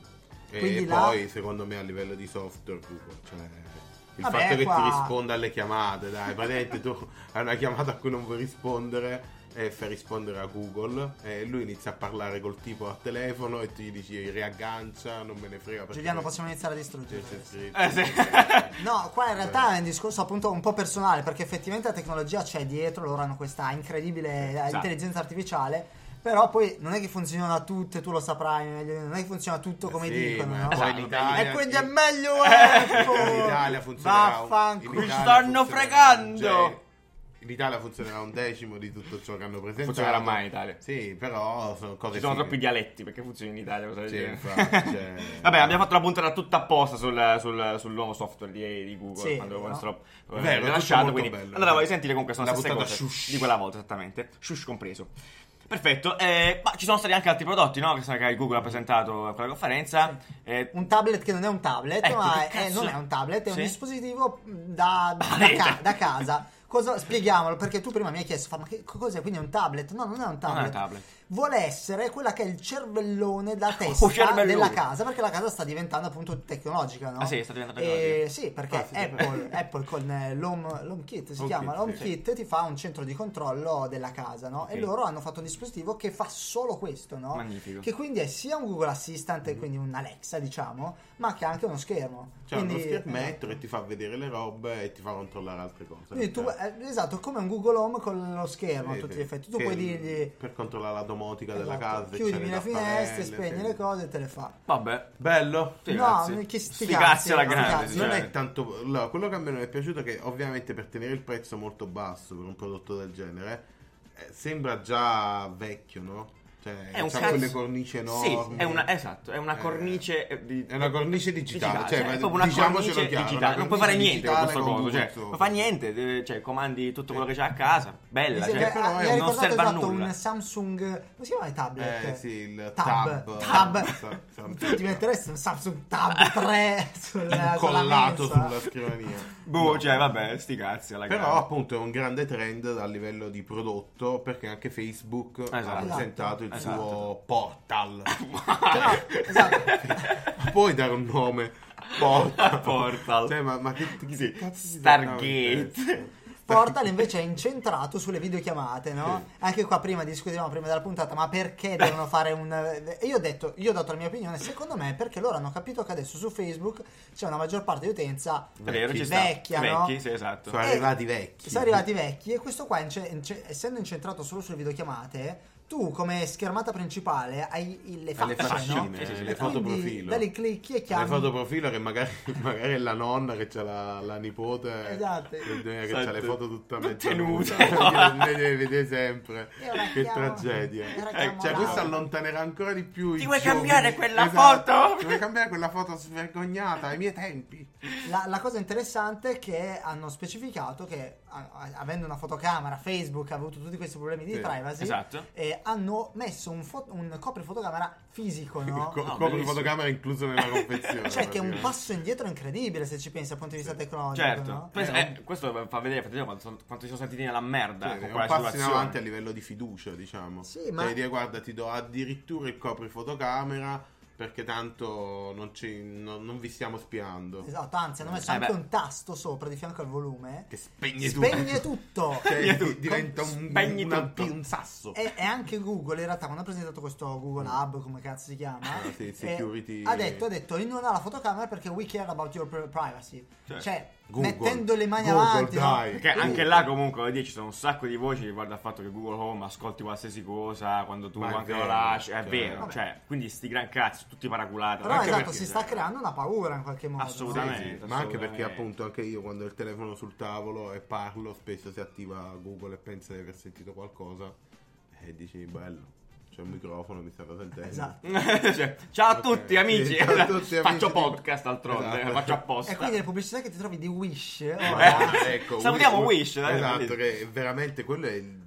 Speaker 2: E
Speaker 3: Quindi là-
Speaker 2: poi, secondo me, a livello di software, Google, cioè, il
Speaker 3: Vabbè,
Speaker 2: fatto che
Speaker 3: qua-
Speaker 2: ti risponda alle chiamate, dai, praticamente tu (laughs) hai una chiamata a cui non vuoi rispondere e fai rispondere a Google e lui inizia a parlare col tipo al telefono e tu gli dici riaggancia, non me ne frega. perché-
Speaker 3: Giuliano, possiamo iniziare a distruggere.
Speaker 2: C'è- c'è
Speaker 3: adesso.
Speaker 2: scritto.
Speaker 1: Eh, sì.
Speaker 3: No, qua in realtà è un discorso appunto un po' personale perché effettivamente la tecnologia c'è dietro, loro hanno questa incredibile eh,
Speaker 1: Esatto.
Speaker 3: intelligenza artificiale, però poi non è che funziona da tutte, tu lo saprai meglio, non è che funziona tutto come
Speaker 2: Eh Sì,
Speaker 3: dicono,
Speaker 2: ma
Speaker 3: no?
Speaker 2: poi
Speaker 1: Esatto.
Speaker 2: l'Italia-
Speaker 3: E quindi è
Speaker 2: (laughs) in-
Speaker 3: meglio
Speaker 2: In Italia
Speaker 3: Apple!
Speaker 2: funzionerà.
Speaker 3: Vaffanculo!
Speaker 2: in Italia
Speaker 1: Mi stanno
Speaker 2: funzionerà
Speaker 1: fregando!
Speaker 2: un ge- in Italia funzionerà un decimo di tutto ciò che hanno presentato.
Speaker 1: Funzionerà mai in Italia.
Speaker 2: Sì, però sono cose
Speaker 1: Ci sono
Speaker 2: fighe.
Speaker 1: troppi dialetti perché funziona in Italia. Cosa del
Speaker 2: Sì,
Speaker 1: genere.
Speaker 2: infatti, cioè-
Speaker 1: (laughs) Vabbè, abbiamo fatto la puntata tutta apposta sul, sul- sul nuovo software di, di Google
Speaker 3: Sì,
Speaker 1: quando
Speaker 3: no?
Speaker 1: quando sono- eh,
Speaker 2: Vero, tutto
Speaker 1: rilasciato.
Speaker 2: molto
Speaker 1: Quindi,
Speaker 2: bello.
Speaker 1: allora, voglio sentire comunque sono
Speaker 2: La
Speaker 1: le stesse
Speaker 2: puntata
Speaker 1: cose
Speaker 2: shush.
Speaker 1: di quella volta, esattamente. Shush compreso. Perfetto, eh, ma ci sono stati anche altri prodotti no? che sa- che Google ha presentato a quella conferenza. Eh,
Speaker 3: Un tablet che non è un tablet,
Speaker 1: Ecco,
Speaker 3: ma
Speaker 1: che
Speaker 3: è-
Speaker 1: cazzo-
Speaker 3: non è un tablet,
Speaker 1: Sì.
Speaker 3: è
Speaker 1: Ah,
Speaker 3: un dispositivo da, da
Speaker 1: Palese.
Speaker 3: ca- da casa. Cosa, spieghiamolo, perché tu prima mi hai chiesto, "Fa, ma che cos'è? Quindi è un tablet? No, non è un tablet.
Speaker 1: Non è un tablet.
Speaker 3: Vuole essere quella che è il cervellone da
Speaker 1: Oh,
Speaker 3: testa
Speaker 1: cervellone.
Speaker 3: della casa, perché la casa sta diventando appunto tecnologica, no?
Speaker 1: Ah, sì, sta diventando
Speaker 3: Eh,
Speaker 1: tecnologica.
Speaker 3: sì, perché
Speaker 2: Ah, sì,
Speaker 3: Apple, Apple con eh, l'home, l'home kit si
Speaker 2: Home
Speaker 3: chiama,
Speaker 2: kit,
Speaker 3: l'home
Speaker 2: sì.
Speaker 3: kit ti fa un centro di controllo della casa, no? E
Speaker 1: Ok.
Speaker 3: loro hanno fatto un dispositivo che fa solo questo, no?
Speaker 1: Magnifico.
Speaker 3: Che quindi è sia un Google Assistant, e quindi un Alexa, diciamo, ma che ha anche uno schermo.
Speaker 2: Mm-hmm. Cioè,
Speaker 3: quindi, eh,
Speaker 2: uno schermetto che ti fa vedere le robe e ti fa controllare altre cose.
Speaker 3: quindi tu,
Speaker 2: Cioè,
Speaker 3: eh, esatto, come un Google Home con lo schermo a
Speaker 2: sì,
Speaker 3: tutti
Speaker 2: sì.
Speaker 3: gli effetti. Tu
Speaker 2: Che
Speaker 3: puoi dirgli
Speaker 2: Per controllare la domotica della
Speaker 3: esatto,
Speaker 2: casa.
Speaker 3: chiudimi le
Speaker 2: eccetera,
Speaker 3: finestre,
Speaker 2: tapparelle,
Speaker 3: spegni
Speaker 2: sì.
Speaker 3: le cose e te le fa.
Speaker 1: vabbè,
Speaker 2: Bello.
Speaker 1: Sì,
Speaker 3: no,
Speaker 1: grazie.
Speaker 3: che sti
Speaker 1: Sti
Speaker 3: cazzi,
Speaker 1: cazzi alla
Speaker 3: sti
Speaker 1: grande,
Speaker 3: cazzi.
Speaker 2: Non
Speaker 1: cioè.
Speaker 2: è tanto. allora, quello che a me non è piaciuto è che, ovviamente, per tenere il prezzo molto basso per un prodotto del genere, eh, sembra già vecchio, no? Cioè,
Speaker 1: È un
Speaker 2: c'ha
Speaker 1: cazzo-
Speaker 2: quelle cornici enormi.
Speaker 1: Sì, è una, esatto, è una
Speaker 2: Eh,
Speaker 1: cornice eh, di-
Speaker 2: è una cornice digitale,
Speaker 1: digitale,
Speaker 2: cioè,
Speaker 1: cioè,
Speaker 2: ma
Speaker 1: è proprio una
Speaker 2: diciamocelo
Speaker 1: cornice
Speaker 2: chiaro,
Speaker 1: digitale.
Speaker 2: una
Speaker 1: non puoi fare
Speaker 2: cornice
Speaker 1: niente con questo
Speaker 2: digitale con
Speaker 1: coso, cioè,
Speaker 2: Google
Speaker 1: non
Speaker 2: Zoom.
Speaker 1: fa niente, eh, cioè, comandi tutto quello
Speaker 2: Eh.
Speaker 1: che c'è a casa, bella,
Speaker 3: Mi
Speaker 1: cioè,
Speaker 3: sembra-
Speaker 2: però
Speaker 3: ah,
Speaker 2: è-
Speaker 3: mi ha
Speaker 2: non
Speaker 3: ricordato
Speaker 1: serve a
Speaker 3: esatto
Speaker 1: nulla.
Speaker 3: un Samsung. Come si chiama il tablet?
Speaker 2: Eh sì, il
Speaker 3: tab.
Speaker 2: tab. Sa- sa-
Speaker 3: (laughs) Tu ti metteresti un Samsung Tab
Speaker 2: (laughs)
Speaker 3: 3 sulla,
Speaker 2: incollato
Speaker 3: sulla mensa?
Speaker 2: sulla scrivania.
Speaker 1: boh,
Speaker 2: No.
Speaker 1: cioè, vabbè, sti cazzi alla
Speaker 2: Però
Speaker 1: grande.
Speaker 2: appunto è un grande trend a livello di prodotto perché anche Facebook ha
Speaker 1: Esatto.
Speaker 2: presentato il
Speaker 1: Esatto.
Speaker 2: suo
Speaker 1: (laughs)
Speaker 2: portal. (laughs)
Speaker 3: Però, esatto.
Speaker 2: Puoi dare un nome?
Speaker 1: (laughs)
Speaker 2: Portal.
Speaker 1: Portal.
Speaker 2: Cioè, ma, ma che, Eh, che
Speaker 1: Sì,
Speaker 2: cazzo si
Speaker 1: Stargate.
Speaker 2: trattava in testa?
Speaker 3: Portal invece è incentrato sulle videochiamate, no? Anche qua prima discutevamo prima della puntata, ma perché devono fare un. e Io ho detto, io ho dato la mia opinione, secondo me, perché loro hanno capito che adesso su Facebook c'è una maggior parte di utenza
Speaker 1: Vero, ci sta.
Speaker 3: vecchia, no?
Speaker 1: Vecchi, sì, esatto.
Speaker 2: Sono arrivati vecchi.
Speaker 3: Sono arrivati vecchi e questo qua, ince- ince- essendo incentrato solo sulle videochiamate, tu come schermata principale hai il- le
Speaker 2: Alle
Speaker 3: facce, no?
Speaker 2: fascine,
Speaker 1: Sì, sì, sì.
Speaker 2: le foto
Speaker 3: Quindi
Speaker 2: profilo.
Speaker 3: Da lì clicchi e
Speaker 2: Le
Speaker 3: chiami.
Speaker 2: foto profilo che magari, (laughs) magari è la nonna che c'ha la, la nipote
Speaker 3: Esatto.
Speaker 2: che, che
Speaker 1: Esatto.
Speaker 2: c'ha le foto tutta
Speaker 1: Tutte
Speaker 2: mezza
Speaker 1: nude.
Speaker 2: (laughs) nuda. le deve vedere sempre
Speaker 3: Io la
Speaker 2: che
Speaker 3: chiamo-
Speaker 2: tragedia
Speaker 3: io la
Speaker 2: Eh,
Speaker 3: chiamo
Speaker 2: cioè
Speaker 3: Laura.
Speaker 2: questo allontanerà ancora di più i
Speaker 1: vuoi
Speaker 2: giovani. Esatto.
Speaker 1: cambiare quella foto?
Speaker 2: ti vuoi cambiare quella foto svergognata ai miei tempi
Speaker 3: La, la cosa interessante è che hanno specificato che, a- a- avendo una fotocamera, Facebook ha avuto tutti questi problemi di
Speaker 2: Sì,
Speaker 3: privacy.
Speaker 1: esatto.
Speaker 3: E hanno messo un, fo- un coprifotocamera
Speaker 1: (laughs)
Speaker 3: fisico, no?
Speaker 2: Co-
Speaker 1: No,
Speaker 2: copri
Speaker 1: bellissimo.
Speaker 2: fotocamera incluso nella confezione
Speaker 3: cioè, che è un
Speaker 2: praticamente.
Speaker 3: passo indietro incredibile se ci pensi dal punto di vista tecnologico.
Speaker 1: Certo,
Speaker 3: no?
Speaker 1: Pensa-
Speaker 2: Eh,
Speaker 1: eh, questo fa vedere effettivamente quanto, sono- quanto ci sono sentiti nella merda
Speaker 2: Cioè,
Speaker 1: con
Speaker 2: è un
Speaker 1: quella
Speaker 2: passo in
Speaker 1: situazione.
Speaker 2: avanti
Speaker 1: (laughs)
Speaker 2: a livello di fiducia, diciamo.
Speaker 3: Sì, ma-
Speaker 2: Cioè, dire, guarda, ti do addirittura il coprifotocamera perché tanto non, ci- non- non vi stiamo spiando.
Speaker 3: Esatto, anzi, hanno messo
Speaker 1: Eh,
Speaker 3: anche
Speaker 1: beh.
Speaker 3: un tasto sopra di fianco al volume.
Speaker 2: Che spegne,
Speaker 3: Spegne
Speaker 2: tutto.
Speaker 1: (laughs)
Speaker 3: tutto.
Speaker 2: Cioè,
Speaker 1: Spegne
Speaker 2: di-
Speaker 1: tutto.
Speaker 2: diventa un,
Speaker 1: Spegni
Speaker 2: una-
Speaker 1: tutto.
Speaker 2: un sasso.
Speaker 3: E, e anche Google, in realtà, quando ha presentato questo
Speaker 1: Mm.
Speaker 3: Google Hub, come cazzo si chiama,
Speaker 2: Ah, sì,
Speaker 3: eh,
Speaker 2: security-
Speaker 3: ha detto, ha detto, "Io non ha la fotocamera perché we care about your pri- privacy. Cioè,
Speaker 1: Cioè,
Speaker 2: Google.
Speaker 3: mettendo le mani
Speaker 2: Google,
Speaker 3: avanti. no?
Speaker 2: dai.
Speaker 1: Perché anche là comunque voglio dire, ci sono un sacco di voci riguardo al fatto che Google Home ascolti qualsiasi cosa quando tu
Speaker 2: Ma è
Speaker 1: anche lo
Speaker 2: vero,
Speaker 1: lasci, è
Speaker 2: cioè,
Speaker 1: vero,
Speaker 3: vabbè.
Speaker 1: cioè, quindi sti gran cazzo, tutti paraculati.
Speaker 3: Però
Speaker 1: Anche
Speaker 3: esatto,
Speaker 1: perché,
Speaker 3: si
Speaker 1: cioè,
Speaker 3: sta creando una paura in qualche modo. no?
Speaker 1: Assolutamente.
Speaker 2: ma anche
Speaker 1: assolutamente.
Speaker 2: perché appunto anche io quando ho il telefono sul tavolo e parlo spesso si attiva Google e pensa di aver sentito qualcosa e dici bello c'è un microfono mi stava sentendo
Speaker 3: Esatto.
Speaker 1: (laughs) Cioè, ciao a
Speaker 2: Ok.
Speaker 1: tutti amici,
Speaker 2: Sì, ciao a
Speaker 1: (laughs)
Speaker 2: tutti,
Speaker 1: faccio
Speaker 2: amici.
Speaker 1: podcast d'altronde,
Speaker 2: Esatto.
Speaker 1: faccio
Speaker 3: E
Speaker 1: apposta.
Speaker 3: quindi le pubblicità che ti trovi
Speaker 1: (laughs)
Speaker 3: di Wish, oh,
Speaker 2: Ah,
Speaker 1: Eh.
Speaker 2: ecco,
Speaker 1: Salutiamo Wish, eh, dai.
Speaker 2: esatto, che è veramente quello è il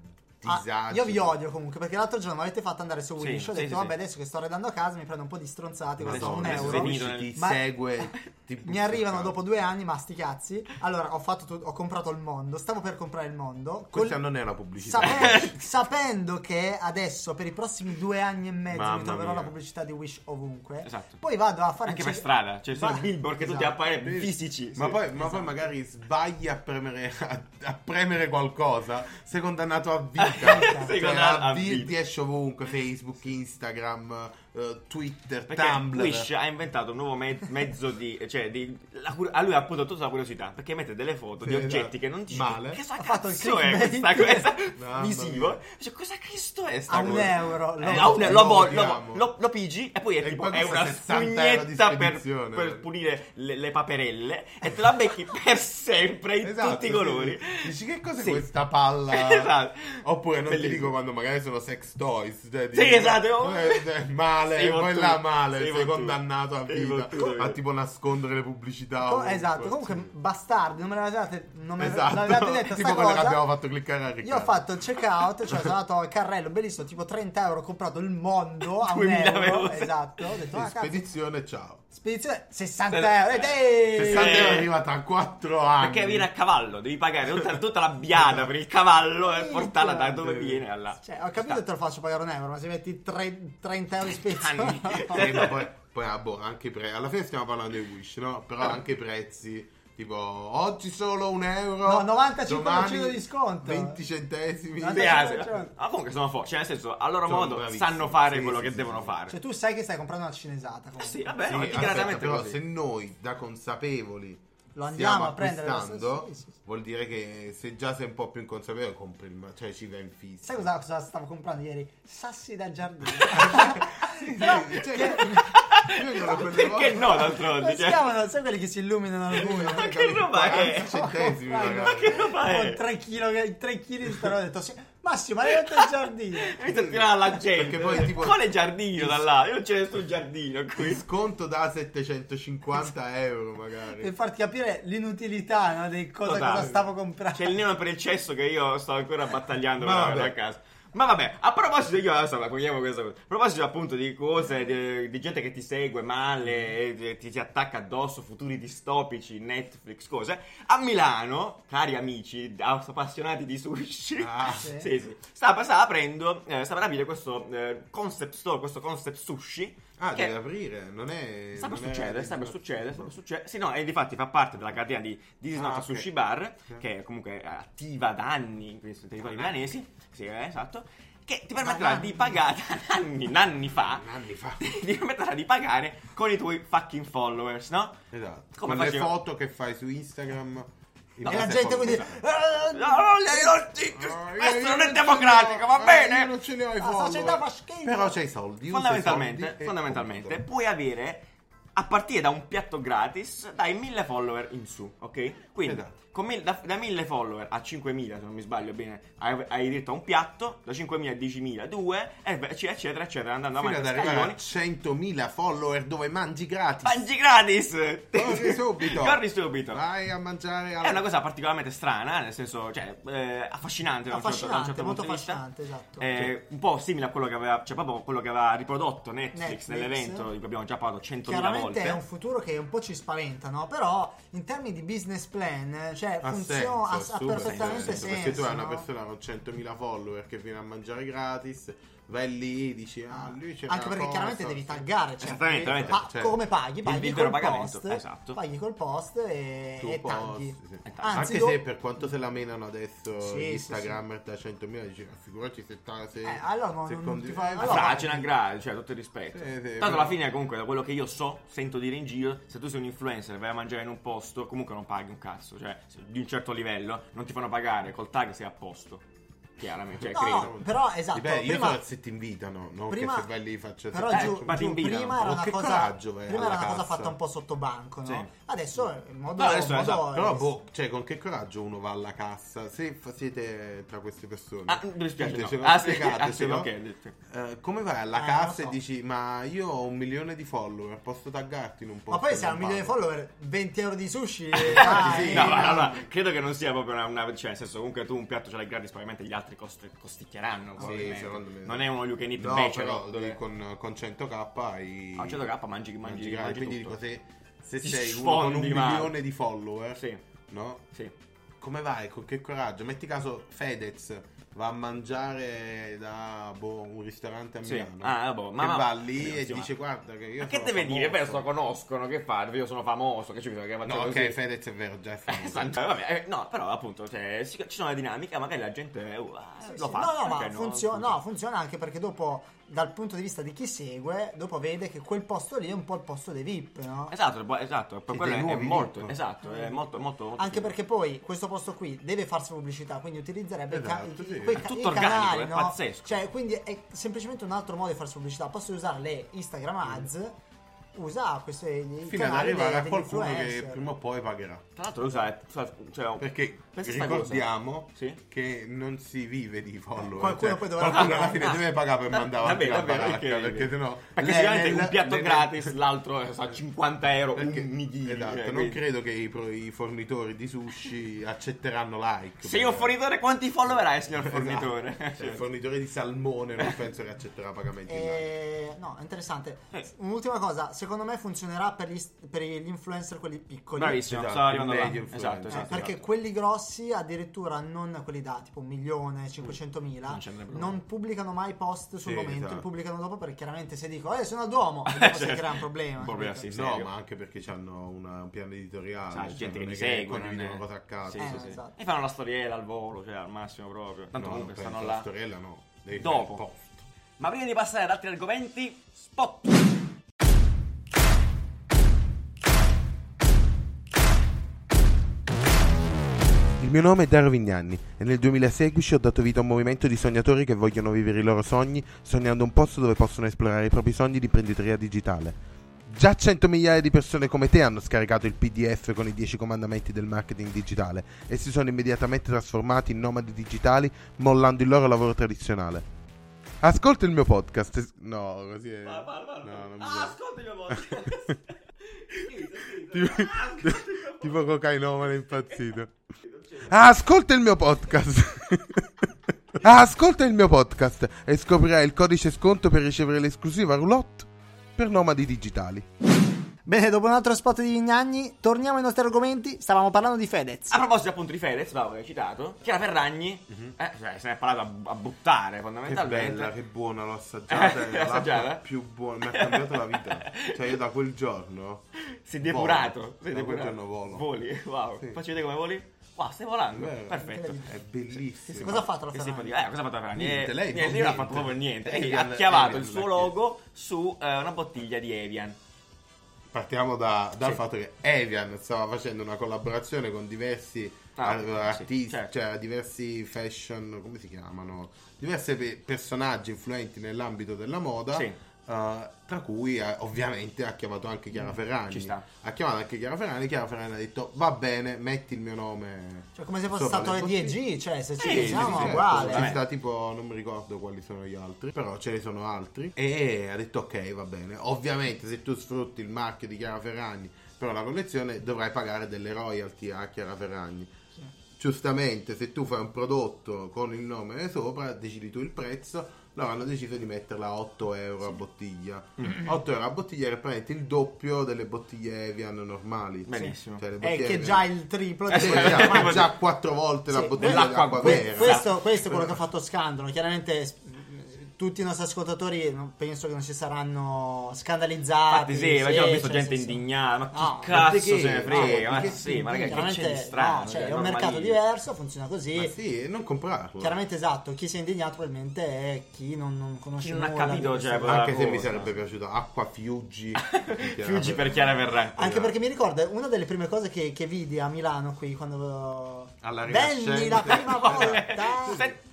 Speaker 3: Ah,
Speaker 2: disagio.
Speaker 3: io vi odio comunque perché l'altro giorno mi avete fatto andare su
Speaker 1: Sì,
Speaker 3: Wish. Ho
Speaker 1: sì,
Speaker 3: detto,
Speaker 1: sì,
Speaker 3: vabbè,
Speaker 1: sì.
Speaker 3: adesso che sto redando a casa mi prendo un po' di stronzate. Costa
Speaker 1: Adesso-
Speaker 3: un
Speaker 1: adesso
Speaker 3: euro.
Speaker 1: sei
Speaker 2: Wish
Speaker 1: finito
Speaker 2: ti
Speaker 3: nel-
Speaker 2: segue, ti
Speaker 3: Mi
Speaker 2: butta
Speaker 3: arrivano
Speaker 2: il
Speaker 3: dopo
Speaker 2: cazzo.
Speaker 3: due anni, ma sti cazzi. Allora, ho, fatto tu- ho comprato il mondo. Stavo per comprare il mondo. col-
Speaker 2: Questa non è una pubblicità.
Speaker 3: sape-
Speaker 2: (laughs)
Speaker 3: sapendo che adesso, per i prossimi due anni e mezzo,
Speaker 2: Mamma
Speaker 3: mi troverò
Speaker 2: mia.
Speaker 3: la pubblicità di Wish ovunque.
Speaker 1: Esatto.
Speaker 3: Poi vado a fare
Speaker 1: Anche
Speaker 3: il
Speaker 1: per
Speaker 3: cer-
Speaker 1: strada, cioè ci sono (laughs)
Speaker 3: Va-
Speaker 1: billboard che tutti
Speaker 3: esatto.
Speaker 1: appaiono fisici.
Speaker 2: Eh, Ma,
Speaker 1: sì.
Speaker 2: poi, ma poi magari sbagli a premere, a, a premere qualcosa, sei condannato a vita.
Speaker 1: Sei
Speaker 2: Cioè,
Speaker 1: condannato
Speaker 2: a
Speaker 1: a
Speaker 2: vi-
Speaker 1: vita.
Speaker 2: Ti esce ovunque, Facebook, Instagram, eh, Twitter,
Speaker 1: Perché
Speaker 2: Tumblr.
Speaker 1: Wish ha inventato un nuovo me- mezzo di. cioè, di- la cur- a lui ha puntato tutta la curiosità. Perché mette delle foto
Speaker 2: Sì,
Speaker 1: di
Speaker 2: esatto.
Speaker 1: oggetti che non ti
Speaker 2: Male.
Speaker 1: Che sta
Speaker 3: Ha fatto il
Speaker 1: cazzo è questa
Speaker 3: clickbait.
Speaker 1: cosa? Esatto.
Speaker 2: Mamma mia.
Speaker 1: Visivo. Dice, cosa Cristo è sta
Speaker 3: A un
Speaker 1: cosa?
Speaker 3: euro, lo-
Speaker 1: Eh, a un euro,
Speaker 2: lo
Speaker 1: lo, vol- lo,
Speaker 2: odiamo.
Speaker 1: lo- lo pigi e poi è,
Speaker 2: E
Speaker 1: tipo,
Speaker 2: poi
Speaker 1: è
Speaker 2: costa
Speaker 1: una
Speaker 2: 60 euro di
Speaker 1: spugnetta per,
Speaker 2: spedizione.
Speaker 1: per pulire le, le paperelle e te la becchi per sempre in
Speaker 2: Esatto,
Speaker 1: tutti i
Speaker 2: sì.
Speaker 1: colori.
Speaker 2: Dici che cos'è
Speaker 1: Sì.
Speaker 2: questa palla?
Speaker 1: (laughs) Esatto.
Speaker 2: Oppure non ti
Speaker 1: Bellissimo.
Speaker 2: dico quando magari sono sex toys. Cioè,
Speaker 1: Sì,
Speaker 2: dici,
Speaker 1: esatto.
Speaker 2: eh, eh, male,
Speaker 1: Sei
Speaker 2: poi
Speaker 1: fottuto.
Speaker 2: là male,
Speaker 1: Sei
Speaker 2: sei,
Speaker 1: fottuto.
Speaker 2: condannato a
Speaker 1: Sei
Speaker 2: vita.
Speaker 1: fottuto.
Speaker 2: a tipo nascondere le pubblicità.
Speaker 3: Co-
Speaker 2: ovunque.
Speaker 3: esatto, comunque bastardi, non me l'avevate, non me
Speaker 2: Esatto.
Speaker 3: l'avevate
Speaker 2: (laughs)
Speaker 3: detto
Speaker 2: tipo
Speaker 3: sta
Speaker 2: quello
Speaker 3: cosa.
Speaker 2: che abbiamo fatto cliccare a Riccardo.
Speaker 3: Io ho fatto il checkout, cioè sono andato al carrello, bellissimo, tipo 30 euro, ho comprato il mondo a un
Speaker 1: 2000
Speaker 3: euro,
Speaker 1: euro.
Speaker 3: esatto, ho detto,
Speaker 2: Sì,
Speaker 3: ah, cazzo,
Speaker 2: spedizione, ciao.
Speaker 3: spedizione 60 euro, ed è-
Speaker 2: 60
Speaker 1: Eh.
Speaker 2: euro è arrivata a 4 anni.
Speaker 1: Perché viene a cavallo, devi pagare tutta, tutta la biada per il cavallo e portarla da dove viene alla.
Speaker 3: Cioè, ho capito che te lo faccio pagare un euro, ma se metti tre- 30 euro di
Speaker 1: Anni.
Speaker 3: spedizione...
Speaker 2: Sì, ma poi, poi, ah, boh, anche i prezzi. Alla fine stiamo parlando di Wish, no? Però
Speaker 3: Eh.
Speaker 2: anche i prezzi. Tipo, oggi solo un euro.
Speaker 3: No, 95%
Speaker 2: domani
Speaker 3: di sconto.
Speaker 2: 20 centesimi.
Speaker 3: No,
Speaker 1: Sì,
Speaker 3: Cioè,
Speaker 1: ah, sì.
Speaker 3: cioè-
Speaker 1: Ma comunque sono forti, cioè nel senso, a loro
Speaker 2: Sono
Speaker 1: modo
Speaker 2: bravissimi.
Speaker 1: sanno fare
Speaker 2: Sì,
Speaker 1: quello
Speaker 2: sì,
Speaker 1: che
Speaker 2: sì,
Speaker 1: devono
Speaker 2: sì.
Speaker 1: fare.
Speaker 3: (laughs) Cioè, tu sai che stai comprando una cinesata, comunque.
Speaker 1: sì, vabbè,
Speaker 2: Sì,
Speaker 1: no, è
Speaker 2: aspetta,
Speaker 1: dichiaratamente
Speaker 2: però
Speaker 1: così. (laughs)
Speaker 2: se noi da consapevoli
Speaker 3: Lo
Speaker 2: stiamo
Speaker 3: andiamo a prendere,
Speaker 2: acquistando,
Speaker 3: sì, sì, sì, sì.
Speaker 2: vuol dire che se già sei un po' più inconsapevole compri il ma- cioè ci va in fissa.
Speaker 3: Sai
Speaker 1: (laughs)
Speaker 3: (laughs) cosa, cosa stavo comprando ieri? Sassi da giardino.
Speaker 2: Sì, sì, cioè,
Speaker 3: (laughs)
Speaker 2: Io ero quelle
Speaker 1: Perché
Speaker 2: volte-
Speaker 1: no, d'altronde?
Speaker 3: Come si
Speaker 1: cioè?
Speaker 3: chiamano? Sai quelli che si illuminano al
Speaker 1: (laughs)
Speaker 3: buio?
Speaker 1: Ma (laughs) che roba è?
Speaker 2: 40 centesimi,
Speaker 3: Dai,
Speaker 1: (laughs)
Speaker 2: ragazzi.
Speaker 1: Ma che roba
Speaker 3: Con
Speaker 1: è?
Speaker 3: 3 kg, 3 kg di sta roba, ho detto sì, Massimo,
Speaker 1: (laughs)
Speaker 3: hai detto il giardino.
Speaker 1: Mi sono tirato alla gente.
Speaker 2: Perché poi, tipo-
Speaker 1: Quale giardino da là? Io non c'è nessun giardino
Speaker 2: Qui
Speaker 1: qui.
Speaker 2: sconto da 750 euro
Speaker 3: Per
Speaker 2: magari.
Speaker 3: farti capire l'inutilità no, di cosa,
Speaker 1: Totale.
Speaker 3: cosa stavo comprando.
Speaker 1: C'è il neon per il cesso che io sto ancora battagliando
Speaker 2: Ma
Speaker 1: per
Speaker 2: vabbè.
Speaker 1: averlo a casa. Ma vabbè, a proposito, io adesso la cogliamo questa cosa. A proposito appunto di cose, di, di gente che ti segue male, e ti- ti si attacca addosso, futuri distopici, Netflix, cose. A Milano, cari amici, appassionati di sushi, (laughs)
Speaker 2: Ah,
Speaker 3: Sì.
Speaker 1: sì, sì. Sta, sta aprendo, eh, sta per aprire questo eh, concept store, questo concept sushi.
Speaker 2: ah
Speaker 1: che-
Speaker 2: deve aprire, non è...
Speaker 1: Sta per
Speaker 2: Eh, non è-
Speaker 1: succedere, sta per succedere, sta per succedere. Sì, no, e difatti fa parte della catena di This is
Speaker 2: Ah,
Speaker 1: Not a
Speaker 2: ok. Ah,
Speaker 1: Sushi Bar,
Speaker 2: Sì.
Speaker 1: che comunque è attiva da anni in questi territori milanesi. Sì, eh, esatto. Che ti
Speaker 3: Da
Speaker 1: permetterà
Speaker 3: anni.
Speaker 1: di pagare anni, anni
Speaker 2: (laughs)
Speaker 1: fa, (laughs)
Speaker 2: Anni fa.
Speaker 1: ti permetterà di pagare con i tuoi fucking followers, no?
Speaker 2: Esatto.
Speaker 1: Come
Speaker 2: Con le
Speaker 1: faceva-
Speaker 2: foto che fai su Instagram. in
Speaker 3: E
Speaker 2: base
Speaker 3: la
Speaker 2: a
Speaker 3: gente
Speaker 2: cosa
Speaker 3: quindi...
Speaker 2: fai.
Speaker 3: "Ah,
Speaker 1: Eh, No, no, no, no,
Speaker 2: Ah, io-
Speaker 1: questo
Speaker 2: io
Speaker 1: non è
Speaker 2: ce ne
Speaker 1: democratico,
Speaker 2: ho-
Speaker 1: va
Speaker 2: ah,
Speaker 1: bene?
Speaker 2: Io non ce ne ho i
Speaker 3: La
Speaker 2: follower.
Speaker 3: società fa schifo.
Speaker 2: Però c'hai i soldi. usa i
Speaker 1: Fondamentalmente,
Speaker 2: soldi e
Speaker 1: fondamentalmente
Speaker 2: compra.
Speaker 1: puoi avere a partire da un piatto gratis dai 1000 follower in su, ok? Quindi
Speaker 2: Esatto.
Speaker 1: con mil- da, da 1000 follower a 5000, se non mi sbaglio bene, hai, hai diritto a un piatto, da 5000 a 10000, 2, eccetera, eccetera, eccetera, andando
Speaker 2: Fino ad
Speaker 1: avanti a
Speaker 2: arrivare a
Speaker 1: scaglioni.
Speaker 2: 100.000 follower dove mangi gratis.
Speaker 1: Mangi gratis!
Speaker 2: Corri
Speaker 1: (laughs)
Speaker 2: subito.
Speaker 1: Corri subito!
Speaker 2: Vai a mangiare alla...
Speaker 1: È una cosa particolarmente strana, nel senso, cioè, eh, affascinante, da un certo- da un
Speaker 3: Affascinante,
Speaker 1: certo punto
Speaker 3: molto
Speaker 1: di vista.
Speaker 3: affascinante, esatto.
Speaker 1: Eh, un po' simile a quello che aveva, cioè proprio quello che aveva riprodotto Netflix,
Speaker 3: Netflix.
Speaker 1: nell'evento di cui abbiamo già parlato 100.000
Speaker 3: Chiaramente
Speaker 1: volte.
Speaker 3: è un futuro che un po' ci spaventa, no? Però in termini di business plan, eh, cioè,
Speaker 2: Ha senso,
Speaker 3: funziona, ha- ha,
Speaker 2: assolutamente
Speaker 3: perfettamente senso.
Speaker 2: Perché tu hai una
Speaker 3: no?
Speaker 2: persona con 100.000 follower che viene a mangiare gratis, vai lì, dici, ah, lui c'è
Speaker 3: Anche
Speaker 2: una
Speaker 3: perché
Speaker 2: cosa,
Speaker 3: chiaramente
Speaker 2: sì.
Speaker 3: devi taggare, cioè,
Speaker 1: Esattamente,
Speaker 3: devi-
Speaker 1: esattamente.
Speaker 3: ma
Speaker 2: Cioè,
Speaker 3: come paghi?
Speaker 1: il
Speaker 3: Paghi
Speaker 1: libero
Speaker 3: col
Speaker 1: pagamento,
Speaker 3: post,
Speaker 1: esatto.
Speaker 3: paghi col post e,
Speaker 2: Tu
Speaker 3: e
Speaker 2: posti,
Speaker 3: tagli.
Speaker 2: sì.
Speaker 1: Anzi,
Speaker 2: Anche
Speaker 3: do-
Speaker 2: se per quanto se la menano adesso
Speaker 3: Sì,
Speaker 2: gli
Speaker 3: sì,
Speaker 2: Instagrammer da 100.000 dici, "Ah, figurati se, ta- se,
Speaker 3: Eh, allora non-
Speaker 2: se
Speaker 3: non
Speaker 2: condi- Ah,
Speaker 3: ti fai-
Speaker 1: Ma
Speaker 3: allora-
Speaker 1: fra, ce n'è un grado, cioè tutto il rispetto.
Speaker 2: Sì, sì,
Speaker 1: Tanto
Speaker 2: però-
Speaker 1: alla fine, comunque, da quello che io so, sento dire in giro, se tu sei un influencer e vai a mangiare in un posto, comunque non paghi un cazzo. Cioè, se- di un certo livello, non ti fanno pagare, col tag sei a posto. Chiaramente, cioè,
Speaker 3: No,
Speaker 1: credo.
Speaker 3: però, esatto,
Speaker 2: Dipende, io
Speaker 3: prima-
Speaker 2: so se ti invitano, non
Speaker 3: prima-
Speaker 2: che se vai lì faccia
Speaker 3: Però
Speaker 1: Eh,
Speaker 3: giù,
Speaker 1: ma ti
Speaker 3: giù
Speaker 1: invitano.
Speaker 3: prima era
Speaker 2: Oh,
Speaker 3: una
Speaker 2: che
Speaker 3: cosa,
Speaker 2: coraggio, vai,
Speaker 3: prima
Speaker 2: alla
Speaker 3: era una cosa
Speaker 2: cassa.
Speaker 3: fatta un po' sotto banco, no?
Speaker 1: Sì.
Speaker 3: Adesso in modo,
Speaker 1: No, adesso,
Speaker 3: in modo-
Speaker 1: esatto,
Speaker 2: Però, boh, cioè, con che coraggio uno va alla cassa? Se fa- siete tra queste persone,
Speaker 1: Ah, mi dispiace,
Speaker 2: Ditecelo,
Speaker 1: no. Ah, sì,
Speaker 2: spiegatecelo.
Speaker 1: ah, sì, ok, sì.
Speaker 2: Eh, come vai alla
Speaker 3: Eh, non
Speaker 2: cassa
Speaker 3: lo so.
Speaker 2: e dici, ma io ho un milione di follower, posso taggarti in un po'?
Speaker 3: ma poi se hai un milione di follower, 20 euro di sushi,
Speaker 2: (laughs) Infatti,
Speaker 3: dai.
Speaker 2: boh, sì.
Speaker 1: Ah, No, ma allora, credo che non sia proprio una, una- Cioè, nel senso, comunque tu un piatto ce l'hai gratis, probabilmente gli altri cost- costicchieranno. probabilmente.
Speaker 2: secondo me.
Speaker 1: Non è uno you can eat
Speaker 2: No,
Speaker 1: becero,
Speaker 2: però
Speaker 1: dove-
Speaker 2: lì con, con 100k hai...
Speaker 1: Ah, 100k mangi- mangi- mangi
Speaker 2: Quindi
Speaker 1: tutto.
Speaker 2: dico, se, se
Speaker 1: Ti
Speaker 2: sei uno con un
Speaker 1: sfondi, ma-
Speaker 2: milione di follower,
Speaker 1: Sì.
Speaker 2: no?
Speaker 1: Sì.
Speaker 2: Come vai? Con che coraggio? Metti caso Fedez va a mangiare da boh, un ristorante a
Speaker 1: Sì.
Speaker 2: Milano.
Speaker 1: Ah, boh, ma-
Speaker 2: che
Speaker 1: ma-
Speaker 2: va lì
Speaker 1: sì,
Speaker 2: e
Speaker 1: sì, ma-
Speaker 2: dice guarda che io
Speaker 1: Ma che
Speaker 2: sono
Speaker 1: deve dire? Beh,
Speaker 2: famoso."
Speaker 1: lo conoscono, che fa? Io sono famoso, che ci bisogna che faccia
Speaker 2: No, ok,
Speaker 1: così?
Speaker 2: Fedez è vero, già è famoso.
Speaker 1: Esatto, (laughs) eh, vabbè, eh, no, però appunto cioè, ci ci sono una dinamica, magari la gente eh, uh,
Speaker 3: Sì,
Speaker 1: lo
Speaker 3: sì.
Speaker 1: fa.
Speaker 3: No, no, ma
Speaker 1: perché
Speaker 3: funziona, no, funziona anche perché dopo, dal punto di vista di chi segue, dopo vede che quel posto lì è un po' il posto dei VIP, no?
Speaker 1: Esatto, poi- esatto, poi
Speaker 2: Sì,
Speaker 1: quello
Speaker 2: dei
Speaker 1: è, è
Speaker 2: nuovi
Speaker 1: molto,
Speaker 2: look.
Speaker 1: esatto, è molto, molto, molto
Speaker 3: Anche
Speaker 1: figo.
Speaker 3: perché poi questo posto qui deve farsi pubblicità, quindi utilizzerebbe i ca-
Speaker 2: Esatto,
Speaker 3: i,
Speaker 2: sì.
Speaker 3: quei
Speaker 1: È
Speaker 3: ca-
Speaker 1: tutto
Speaker 3: i canali,
Speaker 1: organico, è
Speaker 3: no?
Speaker 1: pazzesco.
Speaker 3: Cioè, quindi è semplicemente un altro modo di farsi pubblicità. Posso usare le Instagram ads, usa questi i
Speaker 2: Fino ad
Speaker 3: canali
Speaker 2: arrivare
Speaker 3: dei-
Speaker 2: a
Speaker 3: degli
Speaker 2: qualcuno che
Speaker 3: influencer.
Speaker 2: prima o poi pagherà.
Speaker 1: Tra l'altro usa, usa- cioè,
Speaker 2: Perché
Speaker 1: pensa sta
Speaker 2: ricordiamo
Speaker 1: cosa. Sì?
Speaker 2: che non si vive di follower.
Speaker 3: Qualcuno
Speaker 2: cioè,
Speaker 3: poi dovrà
Speaker 2: qualcuno alla
Speaker 3: pagare.
Speaker 2: fine deve pagare
Speaker 1: (laughs)
Speaker 2: per
Speaker 1: Da-
Speaker 2: mandare avanti
Speaker 1: davvero,
Speaker 2: la
Speaker 1: davvero,
Speaker 2: baracca.
Speaker 1: perché-
Speaker 2: Perché sennò.
Speaker 1: Perché
Speaker 2: l'Enel-
Speaker 1: sicuramente un piatto
Speaker 2: l'Enel-
Speaker 1: gratis, l'altro eh, sa 50 euro,
Speaker 2: Perché-
Speaker 1: un mighino.
Speaker 2: esatto,
Speaker 1: cioè,
Speaker 2: non
Speaker 1: quindi-
Speaker 2: credo che i, pro- i fornitori di sushi accetteranno like.
Speaker 1: Se io fornitore, quanti follower hai, signor
Speaker 2: Esatto.
Speaker 1: (laughs) fornitore?
Speaker 2: (laughs) Cioè, il fornitore di salmone non penso che accetterà pagamenti. in like.
Speaker 3: Eh, no, è interessante.
Speaker 1: Eh.
Speaker 3: Un'ultima cosa, secondo me funzionerà per gli, per gli influencer quelli piccoli.
Speaker 1: Bravissimo,
Speaker 2: Esatto,
Speaker 1: stavo arrivando là.
Speaker 2: medio influencer.
Speaker 1: Esatto,
Speaker 3: Eh,
Speaker 1: esatto.
Speaker 3: perché
Speaker 1: esatto.
Speaker 3: quelli grossi, addirittura non quelli da tipo un milione, 500.000,
Speaker 1: Non ce ne
Speaker 3: non,
Speaker 1: andrebbero mai.
Speaker 3: pubblicano mai post sul
Speaker 2: Sì,
Speaker 3: momento,
Speaker 2: esatto.
Speaker 3: li pubblicano dopo perché chiaramente se dico, eh, sono
Speaker 1: (laughs)
Speaker 3: a Duomo, e dopo
Speaker 1: Cioè,
Speaker 3: si crea un problema.
Speaker 1: un problema, sì,
Speaker 2: no,
Speaker 1: serio.
Speaker 2: ma anche perché hanno una- un piano editoriale.
Speaker 1: Sa,
Speaker 2: cioè,
Speaker 1: c'è gente che
Speaker 2: non
Speaker 1: mi
Speaker 2: è
Speaker 1: segue,
Speaker 2: condividono
Speaker 1: non è-
Speaker 2: cose a caso.
Speaker 1: Sì,
Speaker 3: Eh,
Speaker 1: sì, sì.
Speaker 3: esatto.
Speaker 1: E fanno la storiella al volo, cioè al massimo proprio. Tanto
Speaker 2: No,
Speaker 1: comunque
Speaker 2: non
Speaker 1: stanno
Speaker 2: penso,
Speaker 1: là.
Speaker 2: La storiella no. Devi
Speaker 1: Dopo.
Speaker 2: fare il post.
Speaker 1: Ma prima di passare ad altri argomenti, spot.
Speaker 2: Il mio nome è Dario Vignanni e nel 2016 ho dato vita a un movimento di sognatori che vogliono vivere i loro sogni sognando un posto dove possono esplorare i propri sogni di imprenditoria digitale. Già 100 migliaia di persone come te hanno scaricato il PDF con i 10 comandamenti del marketing digitale e si sono immediatamente trasformati in nomadi digitali, mollando il loro lavoro tradizionale. Ascolta il mio podcast. e- No, così è.
Speaker 1: Parla, parla, parla.
Speaker 2: No, non mi
Speaker 1: ah,
Speaker 2: piace.
Speaker 1: ascolta il mio
Speaker 2: (laughs)
Speaker 1: podcast. Schizzo,
Speaker 2: Tipo-
Speaker 1: schizzo. Ah, ascolta il mio
Speaker 2: (laughs) tipo cocainomane impazzito.
Speaker 1: podcast.
Speaker 2: Ah, Ascolta il mio podcast. (laughs) Ah, Ascolta il mio podcast e scoprirai il codice sconto per ricevere l'esclusiva roulotte per nomadi digitali.
Speaker 3: Bene, dopo un altro spot di Vignagni, torniamo ai nostri argomenti. Stavamo parlando di Fedez.
Speaker 1: A proposito appunto di Fedez, bravo, che hai citato, Chiara Ferragni, eh, cioè, se ne è parlato a, a buttare
Speaker 2: Mhm. Che
Speaker 1: fondamentalmente.
Speaker 2: bella, che buona, l'ho assaggiata,
Speaker 1: Eh,
Speaker 2: è la
Speaker 1: assaggiata?
Speaker 2: lappa più buona, mi ha cambiato la vita. Cioè io da quel giorno...
Speaker 1: Si è depurato. Si è
Speaker 2: Da quel
Speaker 1: depurato.
Speaker 2: giorno volo.
Speaker 1: Voli, wow.
Speaker 2: Sì.
Speaker 1: Facci vedere come voli? Wow, stai volando.
Speaker 2: Vero.
Speaker 1: Perfetto.
Speaker 2: È bellissimo.
Speaker 3: Cosa ha fatto la
Speaker 1: Che simpatia.
Speaker 3: Ferragni?
Speaker 1: eh, cosa ha fatto la Ferragni?
Speaker 2: Niente,
Speaker 1: Eh,
Speaker 2: lei non
Speaker 1: niente, io non ha
Speaker 2: niente.
Speaker 1: fatto proprio niente.
Speaker 2: Evian-
Speaker 1: E ha chiavato
Speaker 2: Evian
Speaker 1: il suo
Speaker 2: l'ha chiesto.
Speaker 1: logo su eh, una bottiglia di Evian.
Speaker 2: Partiamo da- dal
Speaker 1: Sì.
Speaker 2: fatto che Evian stava facendo una collaborazione con diversi
Speaker 1: Ah,
Speaker 2: ar-
Speaker 1: sì,
Speaker 2: artisti,
Speaker 1: certo.
Speaker 2: cioè diversi fashion, come si chiamano? Diversi pe- personaggi influenti nell'ambito della moda.
Speaker 1: Sì.
Speaker 2: eh, tra cui eh, ovviamente ha chiamato anche Chiara Ferragni.
Speaker 1: Mm, ci sta.
Speaker 2: Ha chiamato anche Chiara Ferragni. Chiara Ferragni ha detto: Va bene, metti il mio nome.
Speaker 3: Cioè, come se fosse
Speaker 2: sopra
Speaker 3: stato
Speaker 2: le
Speaker 3: le
Speaker 2: bottiglie."
Speaker 3: 10G, cioè, se ci
Speaker 1: Sì,
Speaker 3: pensiamo,
Speaker 1: sì, sì,
Speaker 3: è
Speaker 1: sì,
Speaker 3: uguale.
Speaker 2: Ci
Speaker 1: assolutamente.
Speaker 2: sta tipo, non mi ricordo quali sono gli altri, però ce ne sono altri. E ha detto ok, va bene. Ovviamente se tu sfrutti il marchio di Chiara Ferragni per la collezione dovrai pagare delle royalty a Chiara Ferragni. Giustamente, se tu fai un prodotto con il nome sopra, decidi tu il prezzo. Loro hanno deciso di metterla a 8 euro a bottiglia. 8 euro a bottiglia era praticamente il doppio delle bottiglie Evian normali.
Speaker 1: Benissimo.
Speaker 2: Cioè, le
Speaker 3: È
Speaker 2: bottiglie
Speaker 3: Eh, che
Speaker 2: Evian-
Speaker 3: già il triplo di
Speaker 1: Eh, sì,
Speaker 3: quello che
Speaker 1: già-
Speaker 3: mangia. (laughs)
Speaker 2: già quattro volte la
Speaker 3: Sì,
Speaker 2: bottiglia
Speaker 1: dell'acqua
Speaker 2: d'acqua
Speaker 1: que-
Speaker 2: vera.
Speaker 3: questo, questo è quello che ha fatto scandalo. Chiaramente s- mm, tutti i nostri ascoltatori non- penso che non si saranno scandalizzati.
Speaker 2: Ah,
Speaker 1: Infatti sì, ma io ho visto
Speaker 3: cioè,
Speaker 1: gente
Speaker 3: sì, sì.
Speaker 1: indignata, ma
Speaker 3: No,
Speaker 1: chi
Speaker 2: ma
Speaker 1: cazzo
Speaker 2: perché?
Speaker 1: se ne frega,
Speaker 2: No,
Speaker 1: ma
Speaker 2: perché
Speaker 1: sì, ma ragazzi, che c'è di
Speaker 3: Chiaramente,
Speaker 1: strano?
Speaker 3: no, cioè, è un
Speaker 1: normali-
Speaker 3: mercato diverso, funziona così.
Speaker 2: Ma sì, e non comprarlo.
Speaker 3: Chiaramente esatto, chi si è indignato probabilmente è chi non, non conosce
Speaker 1: Chi non ha
Speaker 3: nulla di
Speaker 1: capito,
Speaker 3: queste
Speaker 1: cioè,
Speaker 3: cose.
Speaker 1: quella
Speaker 2: Anche se
Speaker 1: cosa.
Speaker 2: mi sarebbe piaciuto acqua
Speaker 1: (laughs)
Speaker 2: Fiuggi.
Speaker 1: Fuggi per Chiara Ferragni.
Speaker 3: Anche perché mi ricordo, una delle prime cose che, che vidi a Milano qui quando...
Speaker 2: Alla
Speaker 3: Venni la
Speaker 1: (laughs)
Speaker 2: Rinascente.
Speaker 3: prima volta!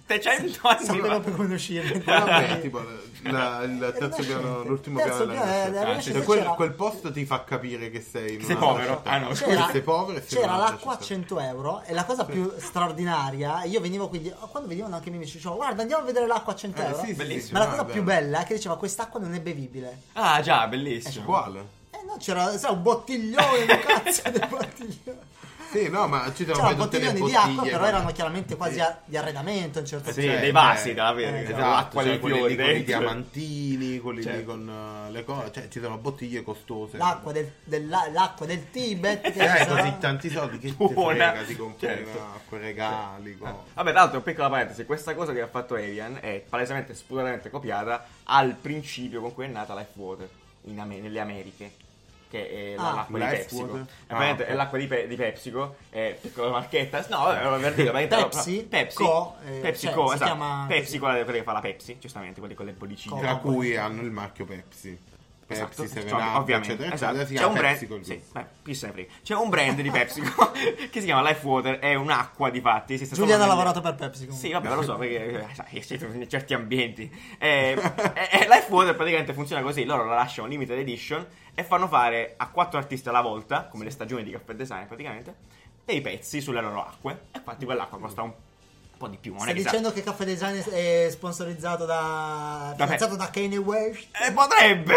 Speaker 1: 700 anni
Speaker 3: Sapevo
Speaker 1: fa.
Speaker 3: per come
Speaker 1: (laughs)
Speaker 3: uscire.
Speaker 2: Vabbè, tipo la- il terzo piano, l'ultimo
Speaker 3: Eh, Terzo
Speaker 2: piano della
Speaker 3: piano, eh,
Speaker 2: Rinascente.
Speaker 1: della
Speaker 2: Ah,
Speaker 1: Rinascente
Speaker 2: cioè, quel,
Speaker 3: c'era-
Speaker 2: quel posto ti fa capire che sei in
Speaker 1: Che sei
Speaker 2: un'altra
Speaker 1: povero.
Speaker 2: città.
Speaker 1: Ah, no, scusa.
Speaker 2: Che sei povero e sei
Speaker 3: c'era
Speaker 2: un'altra
Speaker 3: l'acqua a
Speaker 2: città.
Speaker 3: 100 euro e la cosa più straordinaria, io venivo quindi, oh, quando venivano anche i miei amici, dicevo guarda andiamo a vedere l'acqua a 100
Speaker 2: Eh,
Speaker 3: euro.
Speaker 2: sì, sì,
Speaker 1: Bellissimo.
Speaker 2: sì,
Speaker 3: Ma la
Speaker 2: no,
Speaker 3: cosa
Speaker 2: è
Speaker 3: più bella è che diceva quest'acqua non è bevibile.
Speaker 1: Ah, già, bellissimo.
Speaker 2: Quale?
Speaker 3: Eh no, c'era sai, un bottiglione, un cazzo di
Speaker 2: (laughs)
Speaker 3: bottiglione.
Speaker 2: Sì, no, ma ci sono
Speaker 3: C'erano
Speaker 2: poi tutte le
Speaker 3: bottiglioni di
Speaker 2: bottiglie.
Speaker 3: acqua, però
Speaker 2: vabbè.
Speaker 3: erano chiaramente quasi a- di arredamento in certo
Speaker 1: Sì,
Speaker 3: senso.
Speaker 1: dei vasi
Speaker 2: cioè,
Speaker 1: da avere,
Speaker 3: eh,
Speaker 1: che
Speaker 2: Esatto,
Speaker 1: l'acqua
Speaker 2: cioè,
Speaker 1: dei
Speaker 2: quelli
Speaker 1: fiori
Speaker 2: lì con i
Speaker 1: dentro.
Speaker 2: diamantini, quelli lì
Speaker 1: Certo.
Speaker 2: con eh, le cose, cioè ci sono bottiglie costose.
Speaker 3: L'acqua del, della- l'acqua del Tibet.
Speaker 2: Se Eh, hai
Speaker 3: ci sarà.
Speaker 2: così tanti soldi che ti
Speaker 1: Esatto. Buona.
Speaker 2: frega, ti compri
Speaker 1: Certo.
Speaker 2: acqua, regali, cose.
Speaker 1: Eh. Vabbè, tra l'altro, piccola parentesi, questa cosa che ha fatto Evian è palesemente spudoratamente copiata al principio con cui è nata Life Water in Ame- nelle Americhe. Che è la-
Speaker 3: Ah.
Speaker 1: l'acqua di
Speaker 2: Life
Speaker 1: PepsiCo.
Speaker 2: Water?
Speaker 1: Eh,
Speaker 2: Ah,
Speaker 1: praticamente
Speaker 2: ok.
Speaker 1: è l'acqua di, Pe- di PepsiCo, è piccola marchetta. No, vabbè, per dire, praticamente-
Speaker 3: Pepsi
Speaker 1: no, Pepsi
Speaker 3: Co, eh,
Speaker 1: Pepsi
Speaker 3: cioè,
Speaker 1: Co,
Speaker 3: si
Speaker 1: esatto.
Speaker 3: chiama-
Speaker 1: Pepsi, quella, quella che fa la Pepsi, giustamente, quelle con le bollicine.
Speaker 3: Co.
Speaker 2: Tra
Speaker 3: Ah, poi-
Speaker 2: cui hanno il marchio Pepsi. Pepsi,
Speaker 1: Esatto,
Speaker 2: Seven
Speaker 1: cioè,
Speaker 2: Up,
Speaker 1: ovviamente,
Speaker 2: eccetera,
Speaker 1: esatto.
Speaker 2: eccetera, si
Speaker 1: C'è un
Speaker 2: chiama
Speaker 1: brand,
Speaker 2: Pepsi col
Speaker 1: sì,
Speaker 2: gruppo.
Speaker 1: beh, chi se ne frega. C'è un brand di PepsiCo (laughs) che si chiama Life Water, è un'acqua di fatti. esiste solo
Speaker 3: Giuliano ha
Speaker 1: nelle-
Speaker 3: lavorato per Pepsi comunque.
Speaker 1: Sì, vabbè, lo so, perché eh, sai, (laughs) siete in certi ambienti. Eh, eh, eh, Life Water praticamente funziona così: loro la lasciano limited edition e fanno fare a quattro artisti alla volta, come le stagioni di Caffè Design praticamente, dei pezzi sulle loro acque. E infatti quell'acqua costa un po' di più, ma non è
Speaker 3: Stai
Speaker 1: che sa-
Speaker 3: dicendo che Caffè Design è sponsorizzato da...
Speaker 1: Da
Speaker 3: finanziato da Kanye West?
Speaker 1: Eh, potrebbe!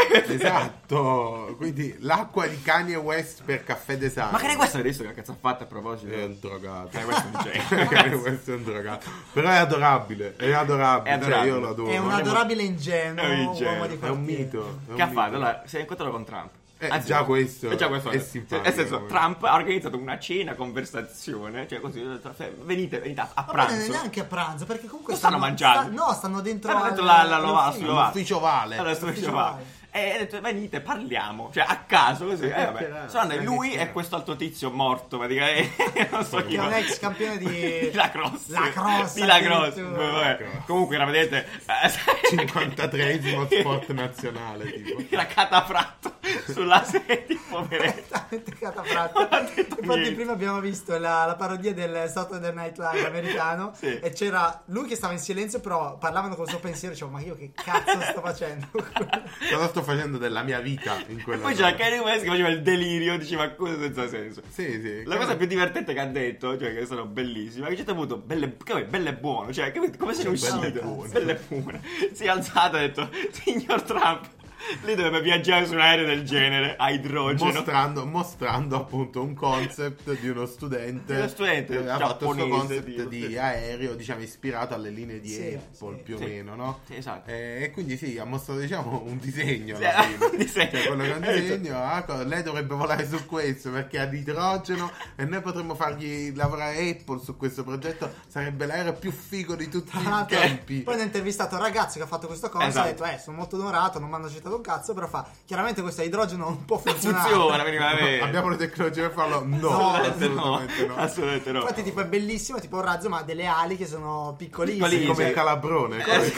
Speaker 2: Esatto, quindi l'acqua di Kanye West per caffè design.
Speaker 1: (laughs) Ma che ne questo avete visto che cazzo ha fatto a proposito?
Speaker 2: È un drogato.
Speaker 1: Eh, questo non c'è.
Speaker 2: (laughs) Kanye West è un drogato. Però è adorabile, è adorabile,
Speaker 1: È adorabile.
Speaker 2: cioè, io lo adoro.
Speaker 3: È un
Speaker 1: vorremmo-
Speaker 3: adorabile ingenuo,
Speaker 1: È un
Speaker 3: uomo di
Speaker 1: ingenuo,
Speaker 2: È un
Speaker 3: quartiere.
Speaker 2: mito. è un
Speaker 1: Che ha
Speaker 2: mito.
Speaker 1: fatto? Allora, si è incontrato con Trump.
Speaker 2: Eh, già questo
Speaker 1: è già questo
Speaker 2: è
Speaker 1: è-
Speaker 2: simpatico.
Speaker 1: Nel senso, Trump ha organizzato una cena, conversazione, cioè così, cioè, venite, venite a, a
Speaker 3: Ma poi non è
Speaker 1: pranzo.
Speaker 3: neanche a pranzo, perché comunque
Speaker 1: Non stanno mangiando. Eh,
Speaker 3: sta- no, stanno dentro,
Speaker 1: Stanno
Speaker 3: al-
Speaker 1: dentro la- la lavastoviglie.
Speaker 3: all'ufficio.
Speaker 1: va.
Speaker 3: (laughs)
Speaker 2: L'ufficio vale.
Speaker 1: Allora, sto
Speaker 3: Ufficio
Speaker 1: dicendo,
Speaker 3: vai.
Speaker 1: E ha detto, venite, parliamo. Cioè, a caso, così. Eh, vabbè.
Speaker 2: chiacchierare,
Speaker 1: Sono andato, lui
Speaker 2: chiacchierare.
Speaker 1: e questo altro tizio morto, praticamente. (laughs) non so chi.
Speaker 3: Che è
Speaker 1: ma-
Speaker 3: un ex campione di...
Speaker 1: (laughs) Di lacrosse.
Speaker 3: Lacrosse,
Speaker 1: Di lacrosse.
Speaker 3: addirittura.
Speaker 1: vabbè.
Speaker 2: Lacrosse.
Speaker 1: Comunque, era, vedete... eh, (laughs)
Speaker 2: 53esimo sport nazionale, tipo.
Speaker 1: Era catafratto. sulla sedia, poveretto.
Speaker 3: Veramente
Speaker 1: (laughs) Non ha
Speaker 3: catafratta.
Speaker 1: detto
Speaker 3: Infatti,
Speaker 1: niente.
Speaker 3: prima abbiamo visto la, la parodia del Saturday Night Live americano.
Speaker 1: Sì.
Speaker 3: E c'era lui che stava in silenzio, però parlavano col suo pensiero. Dicevo, ma io che cazzo sto
Speaker 1: (laughs)
Speaker 3: facendo?
Speaker 2: Cosa sto facendo della mia vita in
Speaker 1: E
Speaker 2: quella
Speaker 1: poi c'era Kanye West che faceva il delirio, diceva cose senza senso.
Speaker 2: Sì, sì.
Speaker 1: La cosa più divertente che ha detto, cioè che sono bellissima, che a un certo punto, belle, come, belle e buono, cioè capito? come se ne
Speaker 2: Sì, belle e
Speaker 1: uscito,
Speaker 2: buone.
Speaker 1: belle e buone. Si è alzato e ha detto, signor Trump, lei doveva viaggiare su un aereo del genere, a idrogeno.
Speaker 2: Mostrando, mostrando appunto un concept di uno studente,
Speaker 1: Di uno studente
Speaker 2: che aveva fatto questo
Speaker 1: giapponese,
Speaker 2: concept
Speaker 1: tipo,
Speaker 2: di,
Speaker 1: sì.
Speaker 2: aereo, diciamo, ispirato alle linee di
Speaker 3: Sì,
Speaker 2: Apple
Speaker 3: sì.
Speaker 2: più o
Speaker 1: Sì.
Speaker 2: meno, no?
Speaker 1: Sì, esatto.
Speaker 2: Eh, E quindi sì, ha mostrato diciamo un disegno
Speaker 1: Sì,
Speaker 2: alla
Speaker 1: ha
Speaker 2: fine.
Speaker 1: (laughs) un disegno. Esatto.
Speaker 2: Cioè, quello che è un
Speaker 1: Ha detto-
Speaker 2: disegno, ah, co- lei dovrebbe volare su questo perché ha di idrogeno e noi potremmo fargli lavorare Apple su questo progetto, sarebbe l'aereo più figo di tutti
Speaker 3: Tra
Speaker 2: i
Speaker 3: l'altro,
Speaker 2: tempi.
Speaker 3: poi hanno intervistato un ragazzo che ha fatto questo corso.
Speaker 1: Esatto.
Speaker 3: Ha detto, eh, sono molto onorato, non mi hanno citato un cazzo. Però fa, chiaramente questo idrogeno non può funzionare.
Speaker 1: Funziona, minimamente.
Speaker 2: (laughs) Abbiamo le tecnologie per farlo? No,
Speaker 1: assolutamente,
Speaker 2: assolutamente
Speaker 1: no.
Speaker 2: no.
Speaker 1: Assolutamente no.
Speaker 3: Infatti, tipo, è bellissimo, è tipo un razzo, ma ha delle ali che sono piccolissime.
Speaker 2: Sì,
Speaker 1: Piccolissime.
Speaker 2: come
Speaker 1: Sì.
Speaker 2: il calabrone. come-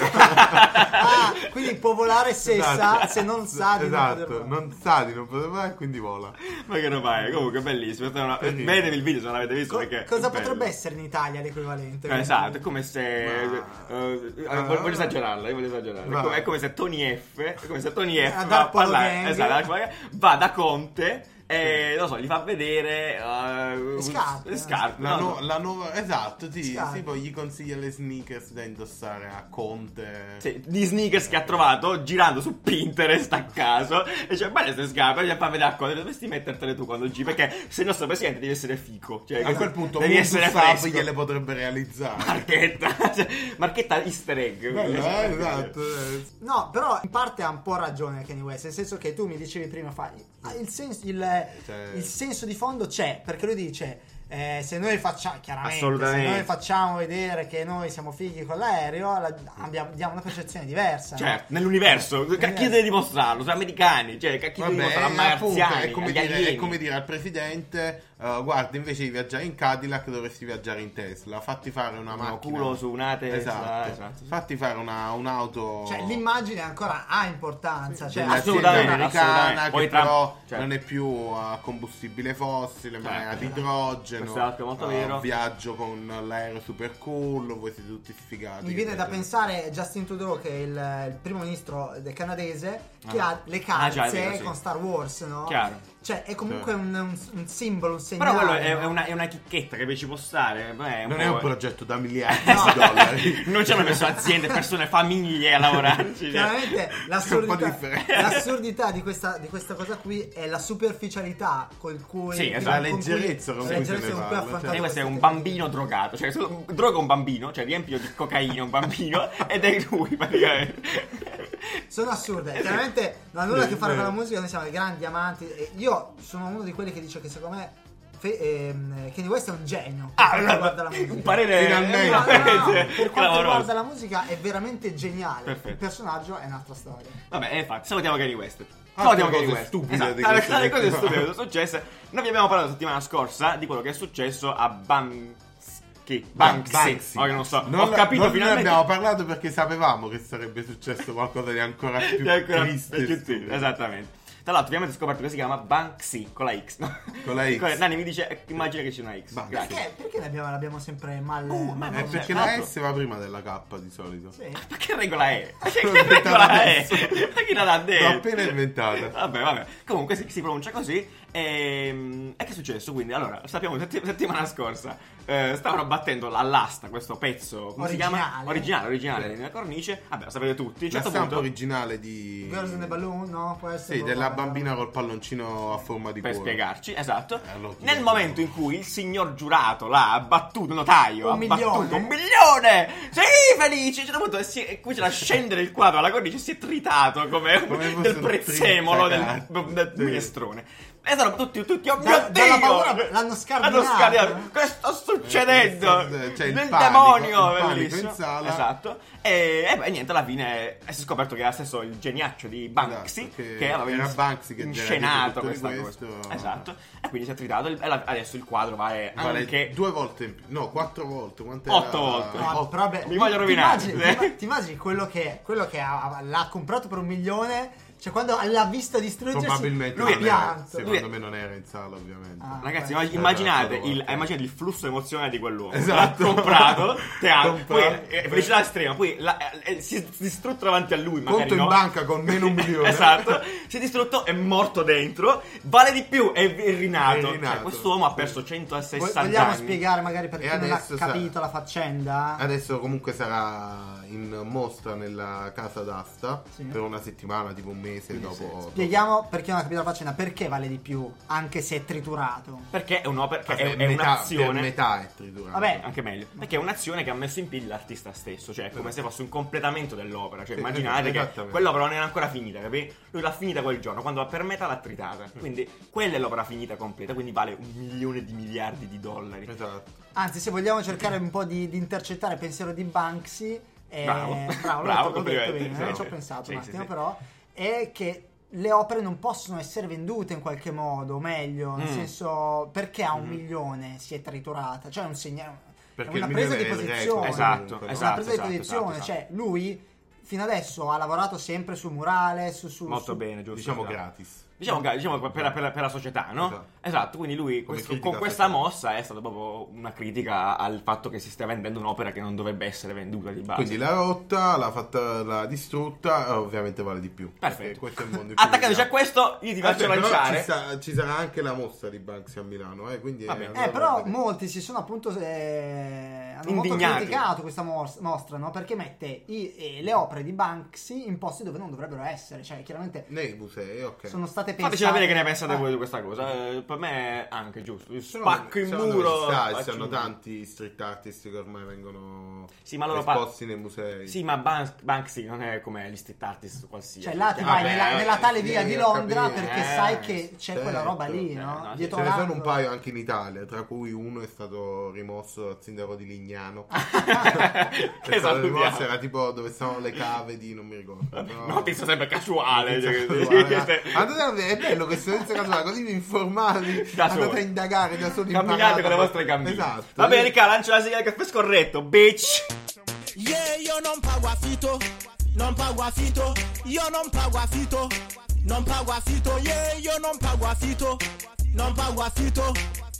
Speaker 3: Ah, quindi può volare eh, se
Speaker 1: Esatto.
Speaker 3: sa, se non sa di non poter
Speaker 2: esatto,
Speaker 3: volare.
Speaker 2: non sa di non poter volare, quindi vola.
Speaker 1: Ma che roba è? Comunque, bellissimo. questa è una-
Speaker 2: Terribile.
Speaker 1: Vedetevi il video se non l'avete visto.
Speaker 3: Co-
Speaker 1: perché è
Speaker 3: cosa
Speaker 1: bello.
Speaker 3: potrebbe essere in Italia l'equivalente?
Speaker 1: Eh, Esatto, è come se.
Speaker 2: Ma-
Speaker 1: eh, eh,
Speaker 2: Ah.
Speaker 1: voglio, voglio esagerarla, io voglio esagerarla.
Speaker 2: Va.
Speaker 1: È come, è come se Tony F. È come se
Speaker 2: Eh,
Speaker 1: Tony F.
Speaker 3: Ad
Speaker 1: va a
Speaker 3: Arpolo
Speaker 1: parlare.
Speaker 3: Gang.
Speaker 1: Esatto, ad Arpolo Gang, va da Conte e non so, gli fa vedere. eh, un-
Speaker 3: scarpe.
Speaker 1: le scarpe,
Speaker 2: La,
Speaker 1: no?
Speaker 2: nu- la nuova, esatto, sì,
Speaker 3: Scarpe.
Speaker 2: sì, poi gli consiglia le sneakers da indossare a Conte.
Speaker 1: Sì, di sneakers che ha trovato girando su Pinterest a caso e dice belle queste scarpe gli fa vedere a cosa dovresti mettertele tu quando giri perché se il nostro presidente devi essere fico cioè
Speaker 2: A quel punto
Speaker 1: devi essere
Speaker 2: Sapo
Speaker 1: fresco
Speaker 2: gliele potrebbe realizzare.
Speaker 1: marchetta (laughs) cioè, marchetta easter egg
Speaker 2: Bello, eh, esatto. eh.
Speaker 3: No, però in parte ha un po' ragione Kanye West, nel senso che tu mi dicevi prima, fa, ah, il- il, senso, il-
Speaker 1: Cioè
Speaker 3: il senso di fondo c'è, perché lui dice, eh, se noi facciamo, chiaramente, se
Speaker 1: Assolutamente.
Speaker 3: noi facciamo vedere che noi siamo fighi con l'aereo, la- abbiamo, diamo una percezione diversa. no?
Speaker 1: Cioè, nell'universo, ca- chi deve dimostrarlo? Sono americani, cioè, ca- chi deve
Speaker 2: Vabbè,
Speaker 1: dimostrarlo? A
Speaker 2: appunto,
Speaker 1: marziani,
Speaker 2: è, come
Speaker 1: agli
Speaker 2: dire, è
Speaker 1: alieni.
Speaker 2: come dire al presidente: eh, Guarda, invece di viaggiare in Cadillac, dovresti viaggiare in Tesla. Fatti fare una
Speaker 1: Uno
Speaker 2: macchina.
Speaker 1: culo su una Tesla,
Speaker 2: Esatto.
Speaker 1: esatto, sì.
Speaker 2: Fatti fare una- un'auto.
Speaker 3: Cioè, l'immagine ancora ha importanza, cioè,
Speaker 1: della-
Speaker 2: dell'azienda
Speaker 1: assolutamente,
Speaker 2: americana
Speaker 1: assolutamente.
Speaker 2: che
Speaker 1: Poi Trump-
Speaker 2: però
Speaker 1: cioè-
Speaker 2: non è più a combustibile fossile ma è ad
Speaker 1: Certo.
Speaker 2: idrogeno
Speaker 1: Questo è anche molto
Speaker 2: a
Speaker 1: vero.
Speaker 2: viaggio con l'aereo super cool voi siete tutti sfigati
Speaker 3: Mi viene da
Speaker 2: eccetera.
Speaker 3: pensare Justin Trudeau, che è il, il primo ministro eh, del canadese, che
Speaker 1: Ah.
Speaker 3: ha le
Speaker 1: Ah,
Speaker 3: calze
Speaker 1: già, è vero, sì.
Speaker 3: con Star Wars, no?
Speaker 1: Chiaro.
Speaker 3: Cioè, è comunque
Speaker 2: Sì.
Speaker 3: un, un- un simbolo, un segnale.
Speaker 1: Però quello è, è
Speaker 3: no?
Speaker 1: una, è una chicchetta che ci può stare. beh, po'-
Speaker 2: non
Speaker 1: eh.
Speaker 2: è un progetto da
Speaker 1: (laughs)
Speaker 2: miliardi
Speaker 3: No.
Speaker 2: di dollari
Speaker 1: Non ci hanno messo aziende, persone, famiglie a lavorarci. cioè. (laughs)
Speaker 3: Chiaramente
Speaker 2: un po'
Speaker 3: l'assurdità,
Speaker 2: differente.
Speaker 3: l'assurdità di, questa, di questa cosa qui è la superficialità con cui...
Speaker 1: Sì,
Speaker 3: con-
Speaker 1: esatto.
Speaker 2: La
Speaker 3: con cui-
Speaker 2: leggerezza con
Speaker 3: la
Speaker 2: cui
Speaker 3: leggerezza
Speaker 2: se ne
Speaker 3: con
Speaker 2: parla,
Speaker 3: ha affrontato
Speaker 1: Kanye West è un
Speaker 3: queste
Speaker 1: bambino drogato, cioè tu- droga un bambino, cioè riempio di cocaina un bambino ed è lui praticamente.
Speaker 3: Sono assurde, chiaramente non ha nulla a che fare
Speaker 2: Sì,
Speaker 3: con la
Speaker 2: sì.
Speaker 3: musica, noi siamo dei grandi amanti. e io sono uno di quelli che dice che secondo me Fe- ehm, Kanye West è un genio. per
Speaker 1: Ah,
Speaker 3: quanto riguarda la musica.
Speaker 1: un parere
Speaker 2: Finalmente.
Speaker 3: Eh, No, no, no,
Speaker 2: eh,
Speaker 1: veramente
Speaker 3: per quanto
Speaker 1: clamoroso.
Speaker 3: riguarda la musica è veramente geniale.
Speaker 1: Perfetto.
Speaker 3: Il personaggio è un'altra storia.
Speaker 1: Vabbè, eh, infatti, salutiamo Kanye West.
Speaker 2: Altre
Speaker 1: Salutiamo
Speaker 2: cose
Speaker 1: Kanye West.
Speaker 2: stupide
Speaker 1: esatto.
Speaker 2: di
Speaker 1: Allora,
Speaker 2: questa
Speaker 1: le cose
Speaker 2: settimana.
Speaker 1: stupide che sono successe. Noi vi abbiamo parlato la settimana scorsa di quello che è successo a Banksy. Banksy. Oh, che non so. Ho capito
Speaker 2: non ne
Speaker 1: finalmente. (laughs)
Speaker 2: abbiamo parlato perché sapevamo che sarebbe successo qualcosa
Speaker 1: (laughs)
Speaker 2: di ancora più
Speaker 1: È ancora-
Speaker 2: triste
Speaker 1: è
Speaker 2: e
Speaker 1: più Esatto.
Speaker 2: stupido.
Speaker 1: triste, Esattamente. Tra l'altro, abbiamo scoperto che si chiama Banksy con la X. no?
Speaker 2: Con la X.
Speaker 1: Nani mi dice, eh, immagina che c'è una X.
Speaker 2: Banksy.
Speaker 1: Grazie.
Speaker 3: Perché, perché l'abbiamo, l'abbiamo sempre mal...
Speaker 1: Uh, ma-
Speaker 3: mal-
Speaker 2: è
Speaker 1: ma-
Speaker 2: Eh, perché
Speaker 1: Tra
Speaker 2: la
Speaker 1: l'altro-
Speaker 2: S va prima della K di solito
Speaker 3: Sì.
Speaker 1: Ma che regola è? Ma Che,
Speaker 2: L'ho
Speaker 1: che regola
Speaker 2: inventata
Speaker 1: è?
Speaker 2: adesso.
Speaker 1: Ma chi l'ha detto?
Speaker 2: L'ho appena inventata.
Speaker 1: Eh, Vabbè, vabbè. Comunque si, si pronuncia così. ehm, E, che è successo? Quindi, allora, sappiamo che sett- settimana scorsa eh, stavano battendo all'asta questo pezzo. Come si
Speaker 3: Originale.
Speaker 1: chiama? Originale, originale, nella cornice. Vabbè, lo sapete tutti. A un
Speaker 2: la
Speaker 1: certo
Speaker 2: stampa
Speaker 1: punto,
Speaker 2: originale di
Speaker 3: Girls in the Balloon, no? Può essere-
Speaker 2: Sì, della bambina col palloncino a forma di
Speaker 1: per
Speaker 2: cuore. Eh,
Speaker 1: spiegarci, esatto.
Speaker 2: Allora, chi
Speaker 1: Nel
Speaker 2: è?
Speaker 1: momento in cui il signor giurato l'ha abbattuto, il notaio, ha
Speaker 3: Un
Speaker 1: battuto
Speaker 3: milione.
Speaker 1: un milione! Sì, felici! A un certo punto si è- qui c'era scendere il quadro alla cornice, si è tritato come,
Speaker 2: Come fosse
Speaker 1: del
Speaker 2: un
Speaker 1: prezzemolo del,
Speaker 2: trincacazzo.
Speaker 1: del
Speaker 2: Sì.
Speaker 1: minestrone. E sono tutti, tutti, oh
Speaker 3: Da-
Speaker 1: mio
Speaker 3: dalla
Speaker 1: Dio!
Speaker 3: paura l'hanno scardinato. eh?
Speaker 1: Che sta succedendo?
Speaker 2: Eh, c'è il
Speaker 1: Del
Speaker 2: panico,
Speaker 1: demonio!
Speaker 2: il panico in
Speaker 1: bellissimo.
Speaker 2: sala.
Speaker 1: Esatto. E, e beh, niente, alla fine eh, si è scoperto che era stesso il geniaccio di Banksy,
Speaker 2: Esatto, che
Speaker 1: che, aveva
Speaker 2: era
Speaker 1: ins-
Speaker 2: Banksy che genera
Speaker 1: inscenato
Speaker 2: tutto di
Speaker 1: questa
Speaker 2: questo.
Speaker 1: cosa. Esatto. E quindi si è tritato il- e la- adesso il quadro vale,
Speaker 2: Vale
Speaker 1: anche
Speaker 2: due volte in più. No, quattro volte. Quante
Speaker 1: Otto
Speaker 2: era?
Speaker 1: volte.
Speaker 3: No,
Speaker 2: Otto.
Speaker 3: però vabbè,
Speaker 1: Mi voglio rovinare.
Speaker 3: Ti immagini, ti imma- ti immagini quello che, quello che ha- l'ha comprato per un milione? Cioè, quando l'ha vista distruggersi,
Speaker 2: Probabilmente
Speaker 1: lui
Speaker 3: ha
Speaker 1: è
Speaker 2: non era,
Speaker 3: pianto.
Speaker 1: lui è-
Speaker 2: secondo me non era in sala, ovviamente.
Speaker 3: Ah.
Speaker 1: Ragazzi,
Speaker 3: beh.
Speaker 1: immag- immaginate,
Speaker 2: Esatto.
Speaker 1: il, immaginate il flusso emozionale di quell'uomo.
Speaker 2: Esatto.
Speaker 1: L'ha
Speaker 2: (laughs)
Speaker 1: comprato, te ha
Speaker 2: Comprato.
Speaker 1: poi eh, felicità estrema, poi la- eh, si è distrutto davanti a lui, magari
Speaker 2: Conto in
Speaker 1: no.
Speaker 2: banca con meno
Speaker 1: (laughs)
Speaker 2: un milione.
Speaker 1: esatto, si è distrutto, è morto dentro, vale di più, è, è rinato.
Speaker 2: È rinato.
Speaker 1: Cioè, quest'uomo ha perso
Speaker 3: Vo-
Speaker 1: 160
Speaker 3: Vogliamo
Speaker 1: anni.
Speaker 3: spiegare magari per chi
Speaker 2: E
Speaker 3: non ha
Speaker 2: adesso sa- Eh.
Speaker 3: capito la faccenda?
Speaker 2: Adesso comunque sarà in mostra nella casa d'asta
Speaker 3: Sì.
Speaker 2: per una settimana, tipo un mese
Speaker 1: Quindi sì,
Speaker 2: dopo.
Speaker 3: Spieghiamo per chi non ha capito la faccenda perché vale di più, anche se è triturato.
Speaker 1: Perché è un'opera,
Speaker 2: dopo-
Speaker 1: è, è
Speaker 2: per Cioè, metà,
Speaker 1: un'azione.
Speaker 2: per metà è triturato.
Speaker 3: Vabbè,
Speaker 1: Eh, Anche meglio, perché è un'azione che ha messo in piedi l'artista stesso, cioè è come se fosse un completamento dell'opera. Cioè,
Speaker 2: Sì,
Speaker 1: immaginate che
Speaker 2: esattamente.
Speaker 1: quell'opera non era ancora finita, capì? Lui l'ha finita quel giorno, quando va per metà l'ha tritata. Quindi quella è l'opera finita completa, quindi vale un milione di miliardi di dollari.
Speaker 2: Esatto.
Speaker 3: Anzi, se vogliamo cercare un po' di, di intercettare il pensiero di Banksy, eh,
Speaker 1: Bravo. (laughs)
Speaker 3: bravo,
Speaker 1: Bravo,
Speaker 3: l'ho detto- l'ho detto
Speaker 1: complimenti,
Speaker 3: bene,
Speaker 1: sì.
Speaker 3: eh, ci ho pensato
Speaker 1: Sì,
Speaker 3: un
Speaker 1: sì,
Speaker 3: attimo,
Speaker 1: sì.
Speaker 3: però, è che le opere non possono essere vendute in qualche modo, o meglio, nel
Speaker 1: Mm.
Speaker 3: senso, perché a un
Speaker 1: Mhm.
Speaker 2: milione
Speaker 3: milione si è triturata, cioè è un segnale.
Speaker 2: Perché
Speaker 3: è una
Speaker 2: il
Speaker 3: presa di
Speaker 2: milione è il record,
Speaker 3: posizione.
Speaker 1: Esatto,
Speaker 2: comunque, no?
Speaker 3: È una presa
Speaker 1: esatto,
Speaker 3: di
Speaker 1: esatto,
Speaker 3: posizione,
Speaker 1: esatto.
Speaker 3: cioè lui fino adesso ha lavorato sempre su murale, su, su-
Speaker 1: Molto
Speaker 3: su-
Speaker 1: bene, giusto?
Speaker 2: Diciamo
Speaker 1: esatto.
Speaker 2: gratis.
Speaker 1: Diciamo, che- diciamo per, per- per- per la società, no? Esatto,
Speaker 2: Esatto.
Speaker 1: quindi lui
Speaker 2: Come
Speaker 1: questo-
Speaker 2: critica
Speaker 1: con questa
Speaker 2: sociale.
Speaker 1: mossa è stata proprio una critica al fatto che si stia vendendo un'opera che non dovrebbe essere venduta di base.
Speaker 2: Quindi l'ha rotta, l'ha fatta, l'ha distrutta, eh, ovviamente vale di più. Perché
Speaker 1: Perfetto.
Speaker 2: Questo è il mondo
Speaker 1: (laughs)
Speaker 2: in cui
Speaker 1: Attaccandoci a
Speaker 2: viviamo.
Speaker 1: questo, io ti faccio
Speaker 2: Eh, però
Speaker 1: lanciare.
Speaker 2: Ci, sa- ci sarà anche la mossa di Banksy a Milano, eh, quindi...
Speaker 1: Vabbè.
Speaker 2: allora
Speaker 3: Eh, però
Speaker 2: guardate.
Speaker 3: molti si sono appunto eh, hanno
Speaker 1: Indignati.
Speaker 3: molto criticato questa mos- mostra, no? Perché mette i- eh, le opere di Banksy in posti dove non dovrebbero essere, cioè chiaramente
Speaker 2: Nei musei, ok.
Speaker 3: sono state pensate.
Speaker 1: Fateci sapere che ne pensate
Speaker 3: Ah,
Speaker 1: voi di questa cosa. Eh, per me è anche giusto. Io
Speaker 2: Sono-
Speaker 1: Spacco il
Speaker 2: sono
Speaker 1: muro.
Speaker 2: università e
Speaker 1: faccio
Speaker 2: sono
Speaker 1: un-
Speaker 2: tanti street artist che ormai vengono
Speaker 1: Sì, ma loro pa-
Speaker 2: esposti nei musei.
Speaker 1: Sì, ma Ban- Banksy non è come gli street artist qualsiasi.
Speaker 3: Cioè là ti
Speaker 1: Vabbè,
Speaker 3: vai nella,
Speaker 1: eh,
Speaker 3: nella tale
Speaker 2: sì,
Speaker 3: via di
Speaker 2: ho
Speaker 3: Londra
Speaker 2: capito.
Speaker 3: perché
Speaker 1: Eh,
Speaker 3: sai che c'è
Speaker 2: certo.
Speaker 3: quella roba lì, no?
Speaker 1: Eh, no, sì,
Speaker 3: Dietro
Speaker 2: Ce ne sono un
Speaker 3: l'angolo.
Speaker 2: paio anche in Italia, tra cui uno è stato rimosso dal sindaco
Speaker 1: (laughs)
Speaker 2: di Lignano.
Speaker 1: che
Speaker 2: (laughs) È stato
Speaker 1: Esatto,
Speaker 2: rimosso,
Speaker 1: salutiamo.
Speaker 2: era tipo dove stavano le cave di non mi ricordo. però-
Speaker 1: Notizia sempre casuale. (laughs) cioè,
Speaker 2: Guarda, andate a vedere, è bello questo senza casuale, così vi informate,
Speaker 1: (laughs) Da
Speaker 2: andate
Speaker 1: soli.
Speaker 2: a indagare da soli.
Speaker 1: Camminate
Speaker 2: imparate.
Speaker 1: con le vostre cammine.
Speaker 2: Esatto.
Speaker 1: Vabbè, Ricca, lancia la sigla del caffè scorretto, bitch.
Speaker 4: Yeah, yo non pa guafito, non pa guafito, yo non pa guafito, non pa guafito, yeah, yo non pa guafito, non pa guafito,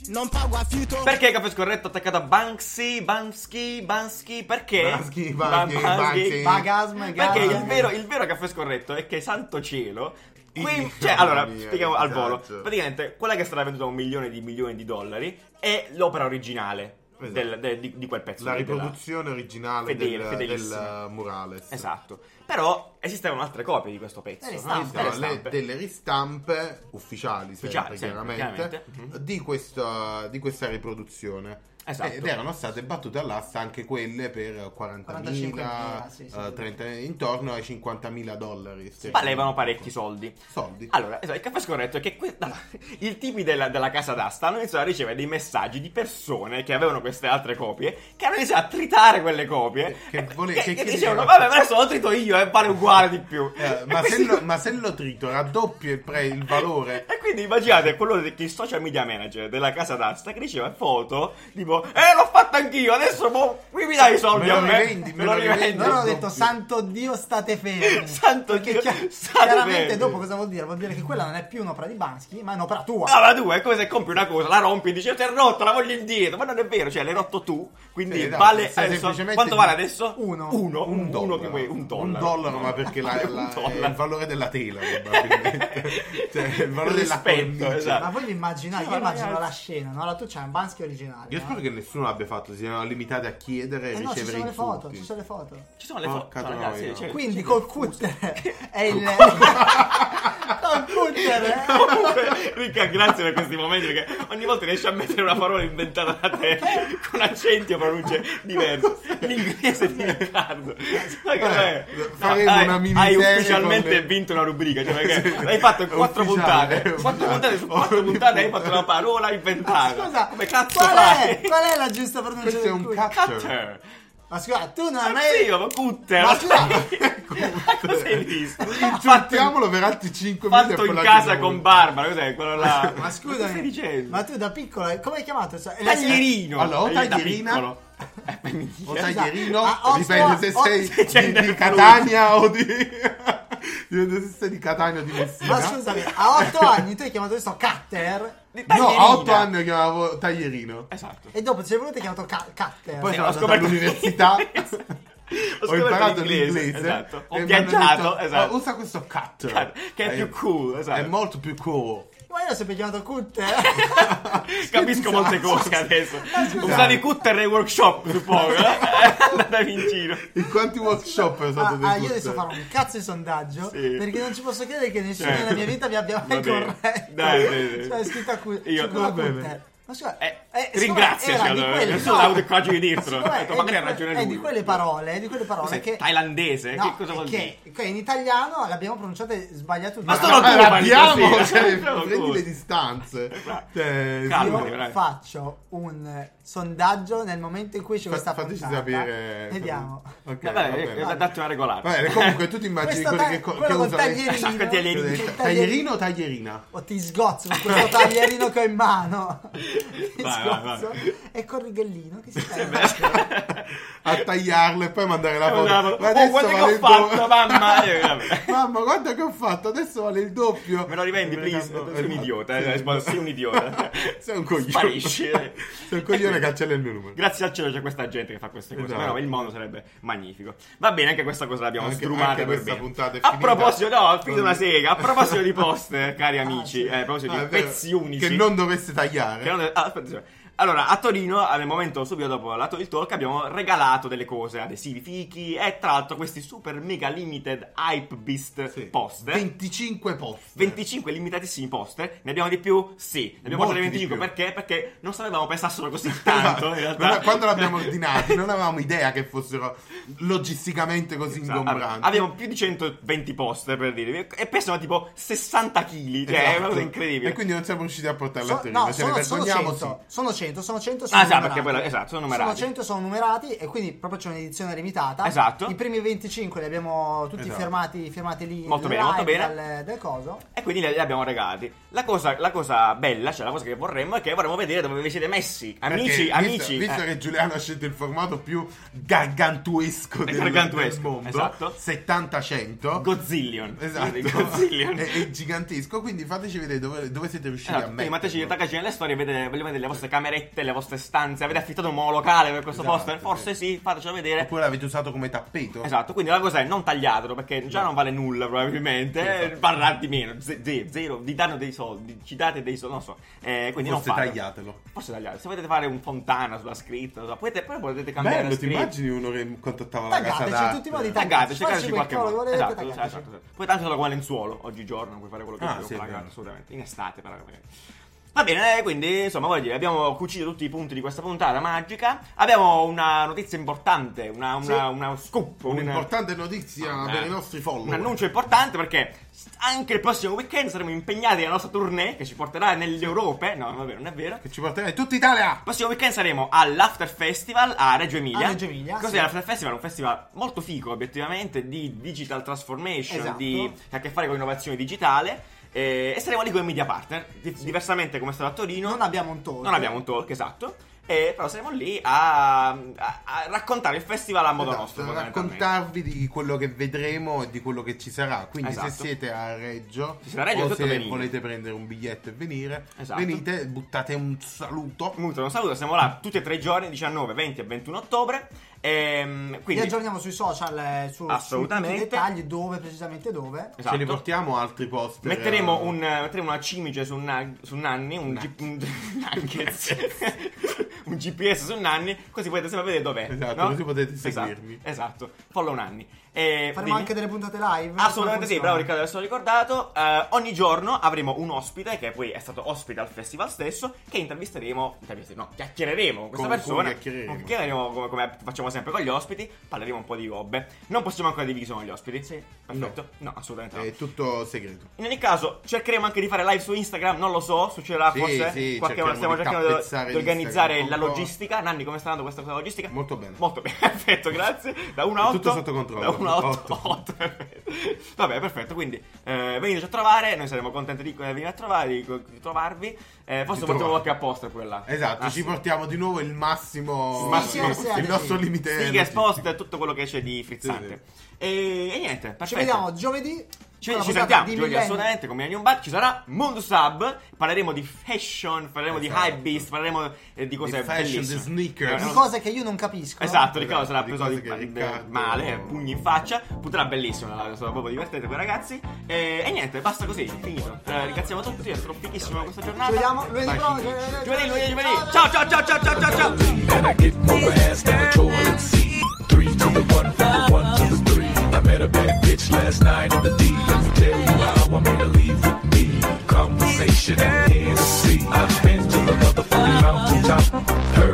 Speaker 4: non pa guafito.
Speaker 1: Perché caffè scorretto attaccato a Banksy? Bansky? Bansky? Perché?
Speaker 2: Banksy, Banksy,
Speaker 1: Ba-
Speaker 2: Banksy.
Speaker 3: Bagasma e
Speaker 1: Perché
Speaker 3: Gasma.
Speaker 1: il vero, il vero caffè scorretto è che santo cielo. Qui,
Speaker 2: Io,
Speaker 1: cioè, allora,
Speaker 2: mia,
Speaker 1: spieghiamo al volo.
Speaker 2: esatto.
Speaker 1: Praticamente, quella che sarà venduta a un milione di milioni di dollari è l'opera originale
Speaker 2: Esatto.
Speaker 1: del- de- di, di quel pezzo.
Speaker 2: La
Speaker 1: lì, della-
Speaker 2: riproduzione originale
Speaker 1: Fedele,
Speaker 2: del,
Speaker 1: fedelissima.
Speaker 2: del murales.
Speaker 1: Esatto. Però esistevano altre copie di questo pezzo.
Speaker 3: Delle
Speaker 1: no?
Speaker 3: stampe.
Speaker 2: Sono
Speaker 1: Delle
Speaker 2: le-
Speaker 1: stampe.
Speaker 2: delle ristampe ufficiali, sempre,
Speaker 1: Ufficiali, sempre,
Speaker 2: chiaramente,
Speaker 1: chiaramente. Mhm.
Speaker 2: Di, questa, di questa riproduzione.
Speaker 1: Esatto.
Speaker 2: Ed erano state battute all'asta anche quelle per 40.000,
Speaker 3: 45.000, sì, sì.
Speaker 2: eh, 30 intorno ai 50.000 dollari. se-
Speaker 1: Valevano parecchi soldi.
Speaker 2: soldi.
Speaker 1: Allora, esatto, il caffè scorretto è che que- no, (laughs) i tipi della, della casa d'asta hanno iniziato a ricevere dei messaggi di persone che avevano queste altre copie, che hanno iniziato a tritare quelle copie.
Speaker 2: Che- che vole-
Speaker 1: che,
Speaker 2: che
Speaker 1: che
Speaker 2: chiedeva-
Speaker 1: dicevano, vabbè, ma adesso lo trito io e vale uguale di più.
Speaker 2: Eh,
Speaker 1: E
Speaker 2: ma,
Speaker 1: questi-
Speaker 2: se
Speaker 1: (laughs)
Speaker 2: lo, ma se lo trito raddoppia il, pre- il valore.
Speaker 1: E quindi immaginate quello del il social media manager della casa d'asta che riceveva foto tipo Eh l'ho fatto anch'io adesso mo, qui mi dai i soldi
Speaker 2: Me lo
Speaker 1: a me
Speaker 2: rivendi, me lo rivendi.
Speaker 3: Loro hanno detto
Speaker 2: Doppio.
Speaker 3: santo Dio state fermi.
Speaker 1: Santo
Speaker 3: Perché
Speaker 1: Dio,
Speaker 3: chia-
Speaker 1: state
Speaker 3: chiaramente
Speaker 1: fermi.
Speaker 3: dopo cosa vuol dire? Vuol dire che quella non è più un'opera di Bansky, ma è un'opera tua.
Speaker 1: No, ma tu è come se compri una cosa, la rompi e dici, ti è rotta, la voglio indietro. Ma non è vero, cioè l'hai rotto tu. Quindi
Speaker 2: Sì, esatto,
Speaker 1: vale
Speaker 2: se
Speaker 1: adesso-
Speaker 2: semplicemente-
Speaker 1: Quanto vale adesso?
Speaker 3: Uno.
Speaker 1: Uno, (laughs) un, uno
Speaker 2: dollaro.
Speaker 1: che vuoi- un dollaro.
Speaker 2: Un dollaro, ma perché la-
Speaker 1: (laughs) Un
Speaker 2: la- è il
Speaker 1: dollaro.
Speaker 2: valore della tela,
Speaker 1: (laughs)
Speaker 2: probabilmente. cioè, il valore della
Speaker 1: Rispetto,
Speaker 2: cornice.
Speaker 1: esatto.
Speaker 3: Ma voi immaginate,
Speaker 1: Sì,
Speaker 3: io
Speaker 1: ma
Speaker 3: immagino
Speaker 1: ragazzi.
Speaker 3: la scena, no? Allora tu c'hai un Bansky originale.
Speaker 2: Io
Speaker 3: no?
Speaker 2: spero che nessuno abbia fatto, si siano limitati a chiedere e
Speaker 3: Eh no, ci
Speaker 2: ricevere
Speaker 3: sono le foto,
Speaker 2: insulti.
Speaker 3: ci sono le foto.
Speaker 1: Ci sono le
Speaker 2: Porca
Speaker 1: foto, ragazzi.
Speaker 2: troia.
Speaker 1: cioè-
Speaker 3: Quindi
Speaker 1: cioè-
Speaker 3: col cutter è il... col cutter eh?
Speaker 1: Comunque, Ricca, grazie per questi momenti perché ogni volta riesci a mettere una parola inventata da te con accenti o pronunce diverse. L'inglese di Riccardo. Ma che è?
Speaker 2: faremo
Speaker 1: hai,
Speaker 2: una
Speaker 1: hai
Speaker 2: miniserie
Speaker 1: ufficialmente
Speaker 2: con le-
Speaker 1: vinto una rubrica, cioè perché hai fatto quattro
Speaker 2: Ufficiale,
Speaker 1: puntate. Quattro
Speaker 2: ufficiale.
Speaker 1: puntate su quattro
Speaker 2: Ogni
Speaker 1: puntate hai
Speaker 2: puntata.
Speaker 1: fatto una parola inventata.
Speaker 3: Scusa,
Speaker 1: come cazzo
Speaker 3: qual
Speaker 1: fai?
Speaker 3: è? Qual è la giusta pronuncia
Speaker 2: Questo è
Speaker 3: del
Speaker 2: un
Speaker 3: cutter?
Speaker 2: cazzo.
Speaker 1: Cutter.
Speaker 3: Ma scusa, tu non
Speaker 1: Ma
Speaker 3: hai...
Speaker 1: io, ma cutter.
Speaker 3: Ma scusa-
Speaker 1: Ma cosa hai visto? Fatto in-
Speaker 2: Insultiamolo per altri 5 minuti. e
Speaker 1: Fatto
Speaker 2: poi
Speaker 1: in
Speaker 2: la
Speaker 1: casa
Speaker 2: chiudiamo.
Speaker 1: con Barbara, cos'è? Quello là.
Speaker 3: Ma
Speaker 1: Cosa stai
Speaker 3: scusami,
Speaker 1: dicendo?
Speaker 3: ma tu da piccola, come hai chiamato? Cioè, la-
Speaker 1: Taglierino.
Speaker 2: Allora, o
Speaker 1: Eh, da
Speaker 2: taglierina-
Speaker 1: piccolo. Eh, femminile.
Speaker 2: O taglierino,
Speaker 3: Ma ho
Speaker 2: dipende
Speaker 3: sto-
Speaker 2: se
Speaker 3: ho-
Speaker 2: sei
Speaker 1: gender
Speaker 2: di, (laughs)
Speaker 1: fluid.
Speaker 2: di Catania o di... Diventa stessa di Catania o di Messina.
Speaker 3: Ma scusami, a 8 anni tu hai chiamato questo Cutter
Speaker 1: Di
Speaker 2: No,
Speaker 1: taglierina.
Speaker 2: a 8 anni lo chiamavo Taglierino.
Speaker 1: Esatto.
Speaker 3: e dopo se volete hai chiamato Ca- Cutter.
Speaker 2: Poi
Speaker 1: Sì,
Speaker 2: sono
Speaker 1: ho
Speaker 2: andato
Speaker 1: scoperto-
Speaker 2: all'università.
Speaker 1: Ho
Speaker 2: Ho
Speaker 1: scoperto
Speaker 2: imparato l'inglese.
Speaker 1: Esatto. Ho
Speaker 2: e mi hanno
Speaker 1: viaggiato,
Speaker 2: detto,
Speaker 1: esatto.
Speaker 2: "Oh, Usa questo cutter.
Speaker 1: Che è
Speaker 2: Eh,
Speaker 1: più cool, esatto.
Speaker 2: È molto più cool.
Speaker 3: Ma io ho sempre chiamato Cutter.
Speaker 1: Capisco molte cose adesso.
Speaker 3: scusa.
Speaker 1: Usavi cutter nei workshop, suppongo. eh? (laughs) Andavi in giro.
Speaker 2: In quanti workshop è
Speaker 3: Ah,
Speaker 2: stato
Speaker 3: ah,
Speaker 2: di
Speaker 3: io adesso
Speaker 2: cutter?
Speaker 3: farò un cazzo di sondaggio
Speaker 1: Sì.
Speaker 3: perché non ci posso credere che nessuno
Speaker 1: Cioè,
Speaker 3: nella mia vita mi abbia mai
Speaker 1: va bene.
Speaker 3: corretto.
Speaker 1: Dai, dai, dai.
Speaker 3: Cioè, è scritto a cui
Speaker 1: Io-
Speaker 3: su quella
Speaker 1: va bene.
Speaker 3: Cutter. Ma scusa,
Speaker 1: Eh,
Speaker 3: eh,
Speaker 1: ti
Speaker 3: secondo me
Speaker 1: ringrazio,
Speaker 3: era
Speaker 1: cioè,
Speaker 3: di
Speaker 1: non-
Speaker 3: quelle-
Speaker 1: non so,
Speaker 3: no.
Speaker 1: ho avuto il coraggio di dirlo.
Speaker 3: Secondo me
Speaker 1: Ho detto,
Speaker 3: è
Speaker 1: magari
Speaker 3: di
Speaker 1: ha
Speaker 3: que-
Speaker 1: ragione
Speaker 3: è
Speaker 1: lui.
Speaker 3: di quelle parole, è di quelle parole
Speaker 1: Cos'è,
Speaker 3: che
Speaker 1: thailandese?
Speaker 3: No,
Speaker 1: eh, che cosa vuol
Speaker 3: che,
Speaker 1: dire?
Speaker 3: che in italiano l'abbiamo pronunciate sbagliate tutte.
Speaker 1: Ma
Speaker 2: Ma
Speaker 1: sono tu,
Speaker 2: arrabbiamo,
Speaker 1: Mario, sì.
Speaker 2: cioè,
Speaker 1: Sono
Speaker 2: prendi
Speaker 1: tu.
Speaker 2: le distanze. Cioè,
Speaker 1: Esatto. Calma,
Speaker 2: sì.
Speaker 1: Mario,
Speaker 3: io
Speaker 1: dai.
Speaker 3: faccio un eh, sondaggio nel momento in cui c'è
Speaker 2: Fa-
Speaker 3: questa
Speaker 2: fateci
Speaker 3: puntata.
Speaker 2: sapere.
Speaker 3: Esatto. Vediamo.
Speaker 2: Ok,
Speaker 1: Vabbè,
Speaker 2: va bene.
Speaker 1: eh, datti una regolare.
Speaker 2: Va
Speaker 1: (laughs)
Speaker 2: bene, comunque tu ti immagini
Speaker 3: Questo
Speaker 2: quelli
Speaker 3: ta-
Speaker 2: che, co- che
Speaker 3: quello col
Speaker 2: usano-
Speaker 3: taglierino.
Speaker 1: Esatto, il taglierino.
Speaker 3: Il
Speaker 2: Taglierino o taglierina?
Speaker 3: O Oh, ti sgozzo con questo taglierino che ho in mano. Ti
Speaker 1: Eh. Vai, vai,
Speaker 3: sgozzo. E col rigellino che si
Speaker 1: Eh,
Speaker 3: prende.
Speaker 1: beh.
Speaker 2: A tagliarlo e poi mandare la
Speaker 1: Una-
Speaker 2: foto.
Speaker 1: Oh,
Speaker 2: Ma adesso
Speaker 1: guarda che
Speaker 2: vale
Speaker 1: ho
Speaker 2: il do-
Speaker 1: fatto,
Speaker 2: (laughs)
Speaker 1: mamma! Eh, vabbè.
Speaker 2: Mamma, guarda che ho fatto, adesso vale il doppio.
Speaker 1: Me lo rivendi, please?
Speaker 2: Esatto.
Speaker 1: Sei un idiota, eh,
Speaker 2: Sì.
Speaker 1: sbaglio, sei un idiota.
Speaker 2: (laughs) Sei un coglione.
Speaker 1: Sparisci, eh.
Speaker 2: Sei un coglione, cancella il mio numero.
Speaker 1: Grazie al cielo c'è questa gente che fa queste cose,
Speaker 2: Esatto.
Speaker 1: però il mondo sarebbe magnifico. Va bene, anche questa cosa l'abbiamo
Speaker 2: Anche-
Speaker 1: strumata
Speaker 2: anche
Speaker 1: per
Speaker 2: questa
Speaker 1: bene.
Speaker 2: puntata è
Speaker 1: A
Speaker 2: finita.
Speaker 1: proposito, no, ho finito
Speaker 2: Mm.
Speaker 1: una sega. A proposito
Speaker 2: (laughs)
Speaker 1: di post, cari amici,
Speaker 3: sì.
Speaker 1: eh, a proposito
Speaker 2: Ah,
Speaker 1: di
Speaker 2: è vero,
Speaker 1: pezzi unici.
Speaker 2: Che non dovesse tagliare.
Speaker 1: Che non- ah, aspetta, aspetta. Allora, a Torino, nel momento subito dopo la il Talk, abbiamo regalato delle cose, adesivi fichi e tra l'altro questi super mega limited hype beast
Speaker 2: Sì.
Speaker 1: poster.
Speaker 2: 25 posti.
Speaker 1: 25 limitatissimi poster, ne abbiamo di più? Sì, ne abbiamo
Speaker 2: Molti
Speaker 1: portati 25
Speaker 2: di più.
Speaker 1: perché? Perché non sapevamo pensassero
Speaker 2: (laughs)
Speaker 1: così tanto in realtà.
Speaker 2: Non- quando l'abbiamo ordinati non avevamo idea che fossero logisticamente così
Speaker 1: Esatto.
Speaker 2: ingombranti.
Speaker 1: Abbiamo più di 120 poster per dire e pesano tipo 60 kg, cioè è una cosa
Speaker 2: Esatto.
Speaker 1: incredibile.
Speaker 2: E quindi non siamo riusciti a portarla a
Speaker 3: So-
Speaker 2: Torino.
Speaker 3: no,
Speaker 2: Ce ne
Speaker 3: sono, sono
Speaker 2: vergogniamo,
Speaker 3: 100, sono 100, sono 100, sono
Speaker 1: Ah, esatto,
Speaker 3: numerati.
Speaker 1: perché poi- esatto, sono numerati.
Speaker 3: Sono 100, sono numerati e quindi proprio c'è un'edizione limitata.
Speaker 1: Esatto.
Speaker 3: I primi 25 li abbiamo tutti
Speaker 2: Esatto.
Speaker 3: fermati, firmati lì
Speaker 1: Molto bene,
Speaker 3: live
Speaker 1: molto bene.
Speaker 3: Dal, del coso.
Speaker 1: E quindi li, li abbiamo regalati. La cosa, la cosa bella, cioè la cosa che vorremmo è che vorremmo vedere dove vi siete messi. Amici,
Speaker 2: Perché visto-
Speaker 1: amici.
Speaker 2: Visto
Speaker 1: eh.
Speaker 2: che Giuliano ha scelto il formato più gargantuesco del,
Speaker 1: Gargantuesco,
Speaker 2: del mondo,
Speaker 1: esatto.
Speaker 2: 70-100.
Speaker 1: Godzillion. (laughs)
Speaker 2: Esatto, (laughs)
Speaker 1: Godzillion.
Speaker 2: è, è gigantesco, quindi fateci vedere dove, dove siete riusciti
Speaker 1: Esatto,
Speaker 2: a
Speaker 1: quindi
Speaker 2: mettere.
Speaker 1: metteteci attaccarci nelle storie, vedete, vogliamo vedere le vostre camerette, le vostre stanze, avete affittato un nuovo locale per questo
Speaker 2: Esatto,
Speaker 1: poster? Forse sì, fatecelo vedere.
Speaker 2: Oppure l'avete usato come tappeto?
Speaker 1: Esatto, quindi la cosa è non tagliatelo perché già non vale nulla probabilmente, Eh,
Speaker 2: Esatto.
Speaker 1: varrà di meno, ze- ze- zero, vi danno dei soldi, ci date dei soldi, non so, eh, quindi
Speaker 2: Forse
Speaker 1: non fatelo.
Speaker 2: tagliatelo.
Speaker 1: Forse tagliate, se volete fare un fontana sulla scritta, non so, potete, poi potete cambiare
Speaker 2: Bello,
Speaker 1: la
Speaker 2: ti
Speaker 1: scritta.
Speaker 2: immagini uno che contattava la casa
Speaker 3: Taggateci in
Speaker 2: d'arte?
Speaker 3: tutti i modi,
Speaker 1: Taggate,
Speaker 3: taggateci.
Speaker 1: cercateci
Speaker 3: Fateci
Speaker 1: in
Speaker 3: quel
Speaker 1: qualche
Speaker 3: cavolo che
Speaker 1: modo.
Speaker 3: volete,
Speaker 1: Esatto, esatto,
Speaker 3: taggateci.
Speaker 1: esatto. Poi tanto sono come lenzuolo, oggigiorno puoi fare quello che
Speaker 2: Ah,
Speaker 1: vuoi
Speaker 2: sì,
Speaker 1: con la
Speaker 2: è vero.
Speaker 1: carta, assolutamente. In estate, però, magari. Va bene, eh, quindi insomma, voglio dire, abbiamo cucito tutti i punti di questa puntata magica. Abbiamo una notizia importante, una, una,
Speaker 2: Sì.
Speaker 1: una scoop, una-
Speaker 2: Un'importante notizia
Speaker 1: Ah,
Speaker 2: per
Speaker 1: eh.
Speaker 2: i nostri follower.
Speaker 1: Un annuncio importante perché anche il prossimo weekend saremo impegnati nella nostra tournée che ci porterà nelle Europe. No, vabbè, non è vero.
Speaker 2: Che ci porterà in tutta Italia!
Speaker 1: Il prossimo weekend saremo all'After Festival a Reggio Emilia.
Speaker 3: A Reggio Emilia,
Speaker 1: Cos'è
Speaker 3: sì.
Speaker 1: l'After Festival? Un festival molto figo, obiettivamente, di digital transformation,
Speaker 3: Esatto.
Speaker 1: di, che ha a che fare con l'innovazione digitale. eh, e saremo lì come media partner. Di- Diversamente come è stato a Torino,
Speaker 3: Non abbiamo un talk.
Speaker 1: non abbiamo un talk, esatto. E però saremo lì a, a- a raccontare il festival a modo
Speaker 2: Esatto,
Speaker 1: nostro. fondamentalmente.
Speaker 2: raccontarvi di quello che vedremo e di quello che ci sarà. Quindi, se
Speaker 1: Esatto.
Speaker 2: siete a Reggio,
Speaker 1: Se siete a Reggio,
Speaker 2: o
Speaker 1: tutto
Speaker 2: se
Speaker 1: venite.
Speaker 2: volete prendere un biglietto e venire,
Speaker 1: Esatto.
Speaker 2: venite, buttate un saluto.
Speaker 1: Muto, non saluto, siamo là tutti e tre i giorni, 19, 20 e 21 ottobre. Ehm,
Speaker 3: Vi
Speaker 1: quindi,
Speaker 3: aggiorniamo sui social, eh, su,
Speaker 1: Assolutamente.
Speaker 3: su tutti i dettagli, dove precisamente dove.
Speaker 1: esatto.
Speaker 2: Ce ne portiamo altri post. eh,
Speaker 1: Metteremo, un, metteremo una cimice su, Nan- su Nanni, un, G- un-
Speaker 3: (laughs)
Speaker 1: Nuggets. (laughs) Un GPS su Nanni, così potete sempre vedere dov'è.
Speaker 2: Esatto,
Speaker 1: no?
Speaker 2: così potete
Speaker 1: Esatto,
Speaker 2: seguirmi.
Speaker 1: Esatto, follow Nanni. Eh,
Speaker 3: Faremo
Speaker 1: dimmi.
Speaker 3: anche delle puntate live.
Speaker 1: Assolutamente sì,
Speaker 3: Come funziona?
Speaker 1: bravo Riccardo, adesso l'ho ricordato. Eh, ogni giorno avremo un ospite che poi è stato ospite al festival stesso. Che intervisteremo, intervisteremo no, chiacchiereremo con questa
Speaker 2: Con cui
Speaker 1: persona.
Speaker 2: chiacchiereremo.
Speaker 1: Con- chiacchiereremo come, come facciamo sempre con gli ospiti. Parleremo un po' di robe. Non possiamo ancora dire chi sono gli ospiti.
Speaker 3: Sì.
Speaker 1: perfetto. No, assolutamente no.
Speaker 2: È tutto segreto.
Speaker 1: In ogni caso, cercheremo anche di fare live su Instagram. Non lo so, succederà
Speaker 2: Sì,
Speaker 1: forse.
Speaker 2: sì,
Speaker 1: qualche
Speaker 2: cerchiamo
Speaker 1: stiamo
Speaker 2: di
Speaker 1: cercando di,
Speaker 2: tappezzare
Speaker 1: di organizzare la
Speaker 2: l'Instagram un po'.
Speaker 1: logistica. Nanni, come sta andando questa cosa logistica?
Speaker 2: Molto bene.
Speaker 1: Molto bene, (laughs) perfetto, grazie. Da 1 a 8.
Speaker 2: Tutto sotto controllo.
Speaker 1: Da 1 a 8.
Speaker 2: Otto.
Speaker 1: (laughs) Vabbè, perfetto. Quindi eh, veniteci a trovare. Noi saremo contenti di eh, venire a trovare, di, di trovarvi. Eh, forse
Speaker 2: Di
Speaker 1: portiamo
Speaker 2: trovare.
Speaker 1: qualche apposta quella.
Speaker 2: Esatto,
Speaker 1: Ah,
Speaker 2: ci
Speaker 1: sì.
Speaker 2: portiamo di nuovo il massimo,
Speaker 1: Il massimo-
Speaker 2: il
Speaker 1: sì,
Speaker 3: sì,
Speaker 2: nostro
Speaker 3: sì.
Speaker 2: limite.
Speaker 1: Fighe,
Speaker 2: logistico.
Speaker 1: post, tutto quello che c'è di frizzante. E, e niente, perfetto.
Speaker 3: Ci vediamo giovedì
Speaker 1: Ci,
Speaker 3: Con
Speaker 1: Cioè, ci
Speaker 3: la puntata
Speaker 1: sentiamo
Speaker 3: di
Speaker 1: giovedì
Speaker 3: Millennium.
Speaker 1: assolutamente con Millennium Bat. Ci sarà Mondo Sub. Parleremo di fashion, parleremo
Speaker 2: Esatto.
Speaker 1: di hype beast, parleremo eh, di cose
Speaker 2: Di fashion, di
Speaker 1: bellissime.
Speaker 2: sneakers.
Speaker 1: Eh,
Speaker 3: Di
Speaker 1: non-
Speaker 3: cose che io non capisco.
Speaker 1: Esatto, Riccardo
Speaker 2: Esatto,
Speaker 1: sarà
Speaker 2: di
Speaker 1: preso
Speaker 2: cose
Speaker 1: di-
Speaker 2: che
Speaker 1: di-
Speaker 2: Riccardo-
Speaker 1: male, eh, pugni in faccia. Putrà bellissima, la- sarà proprio divertente quei ragazzi. E, e niente, basta così, finito. Eh, ringraziamo tutti, è stato fighissimo questa
Speaker 3: Ci
Speaker 1: giornata.
Speaker 3: vediamo lunedì
Speaker 2: Dai,
Speaker 3: prossimo.
Speaker 1: Giovedì, lunedì, giovedì. Ciao, ciao, ciao, ciao, ciao, ciao, ciao.
Speaker 5: And I get more ass than a toilet seat. Three to the one, from the one to the three. I met a bad bitch last night at the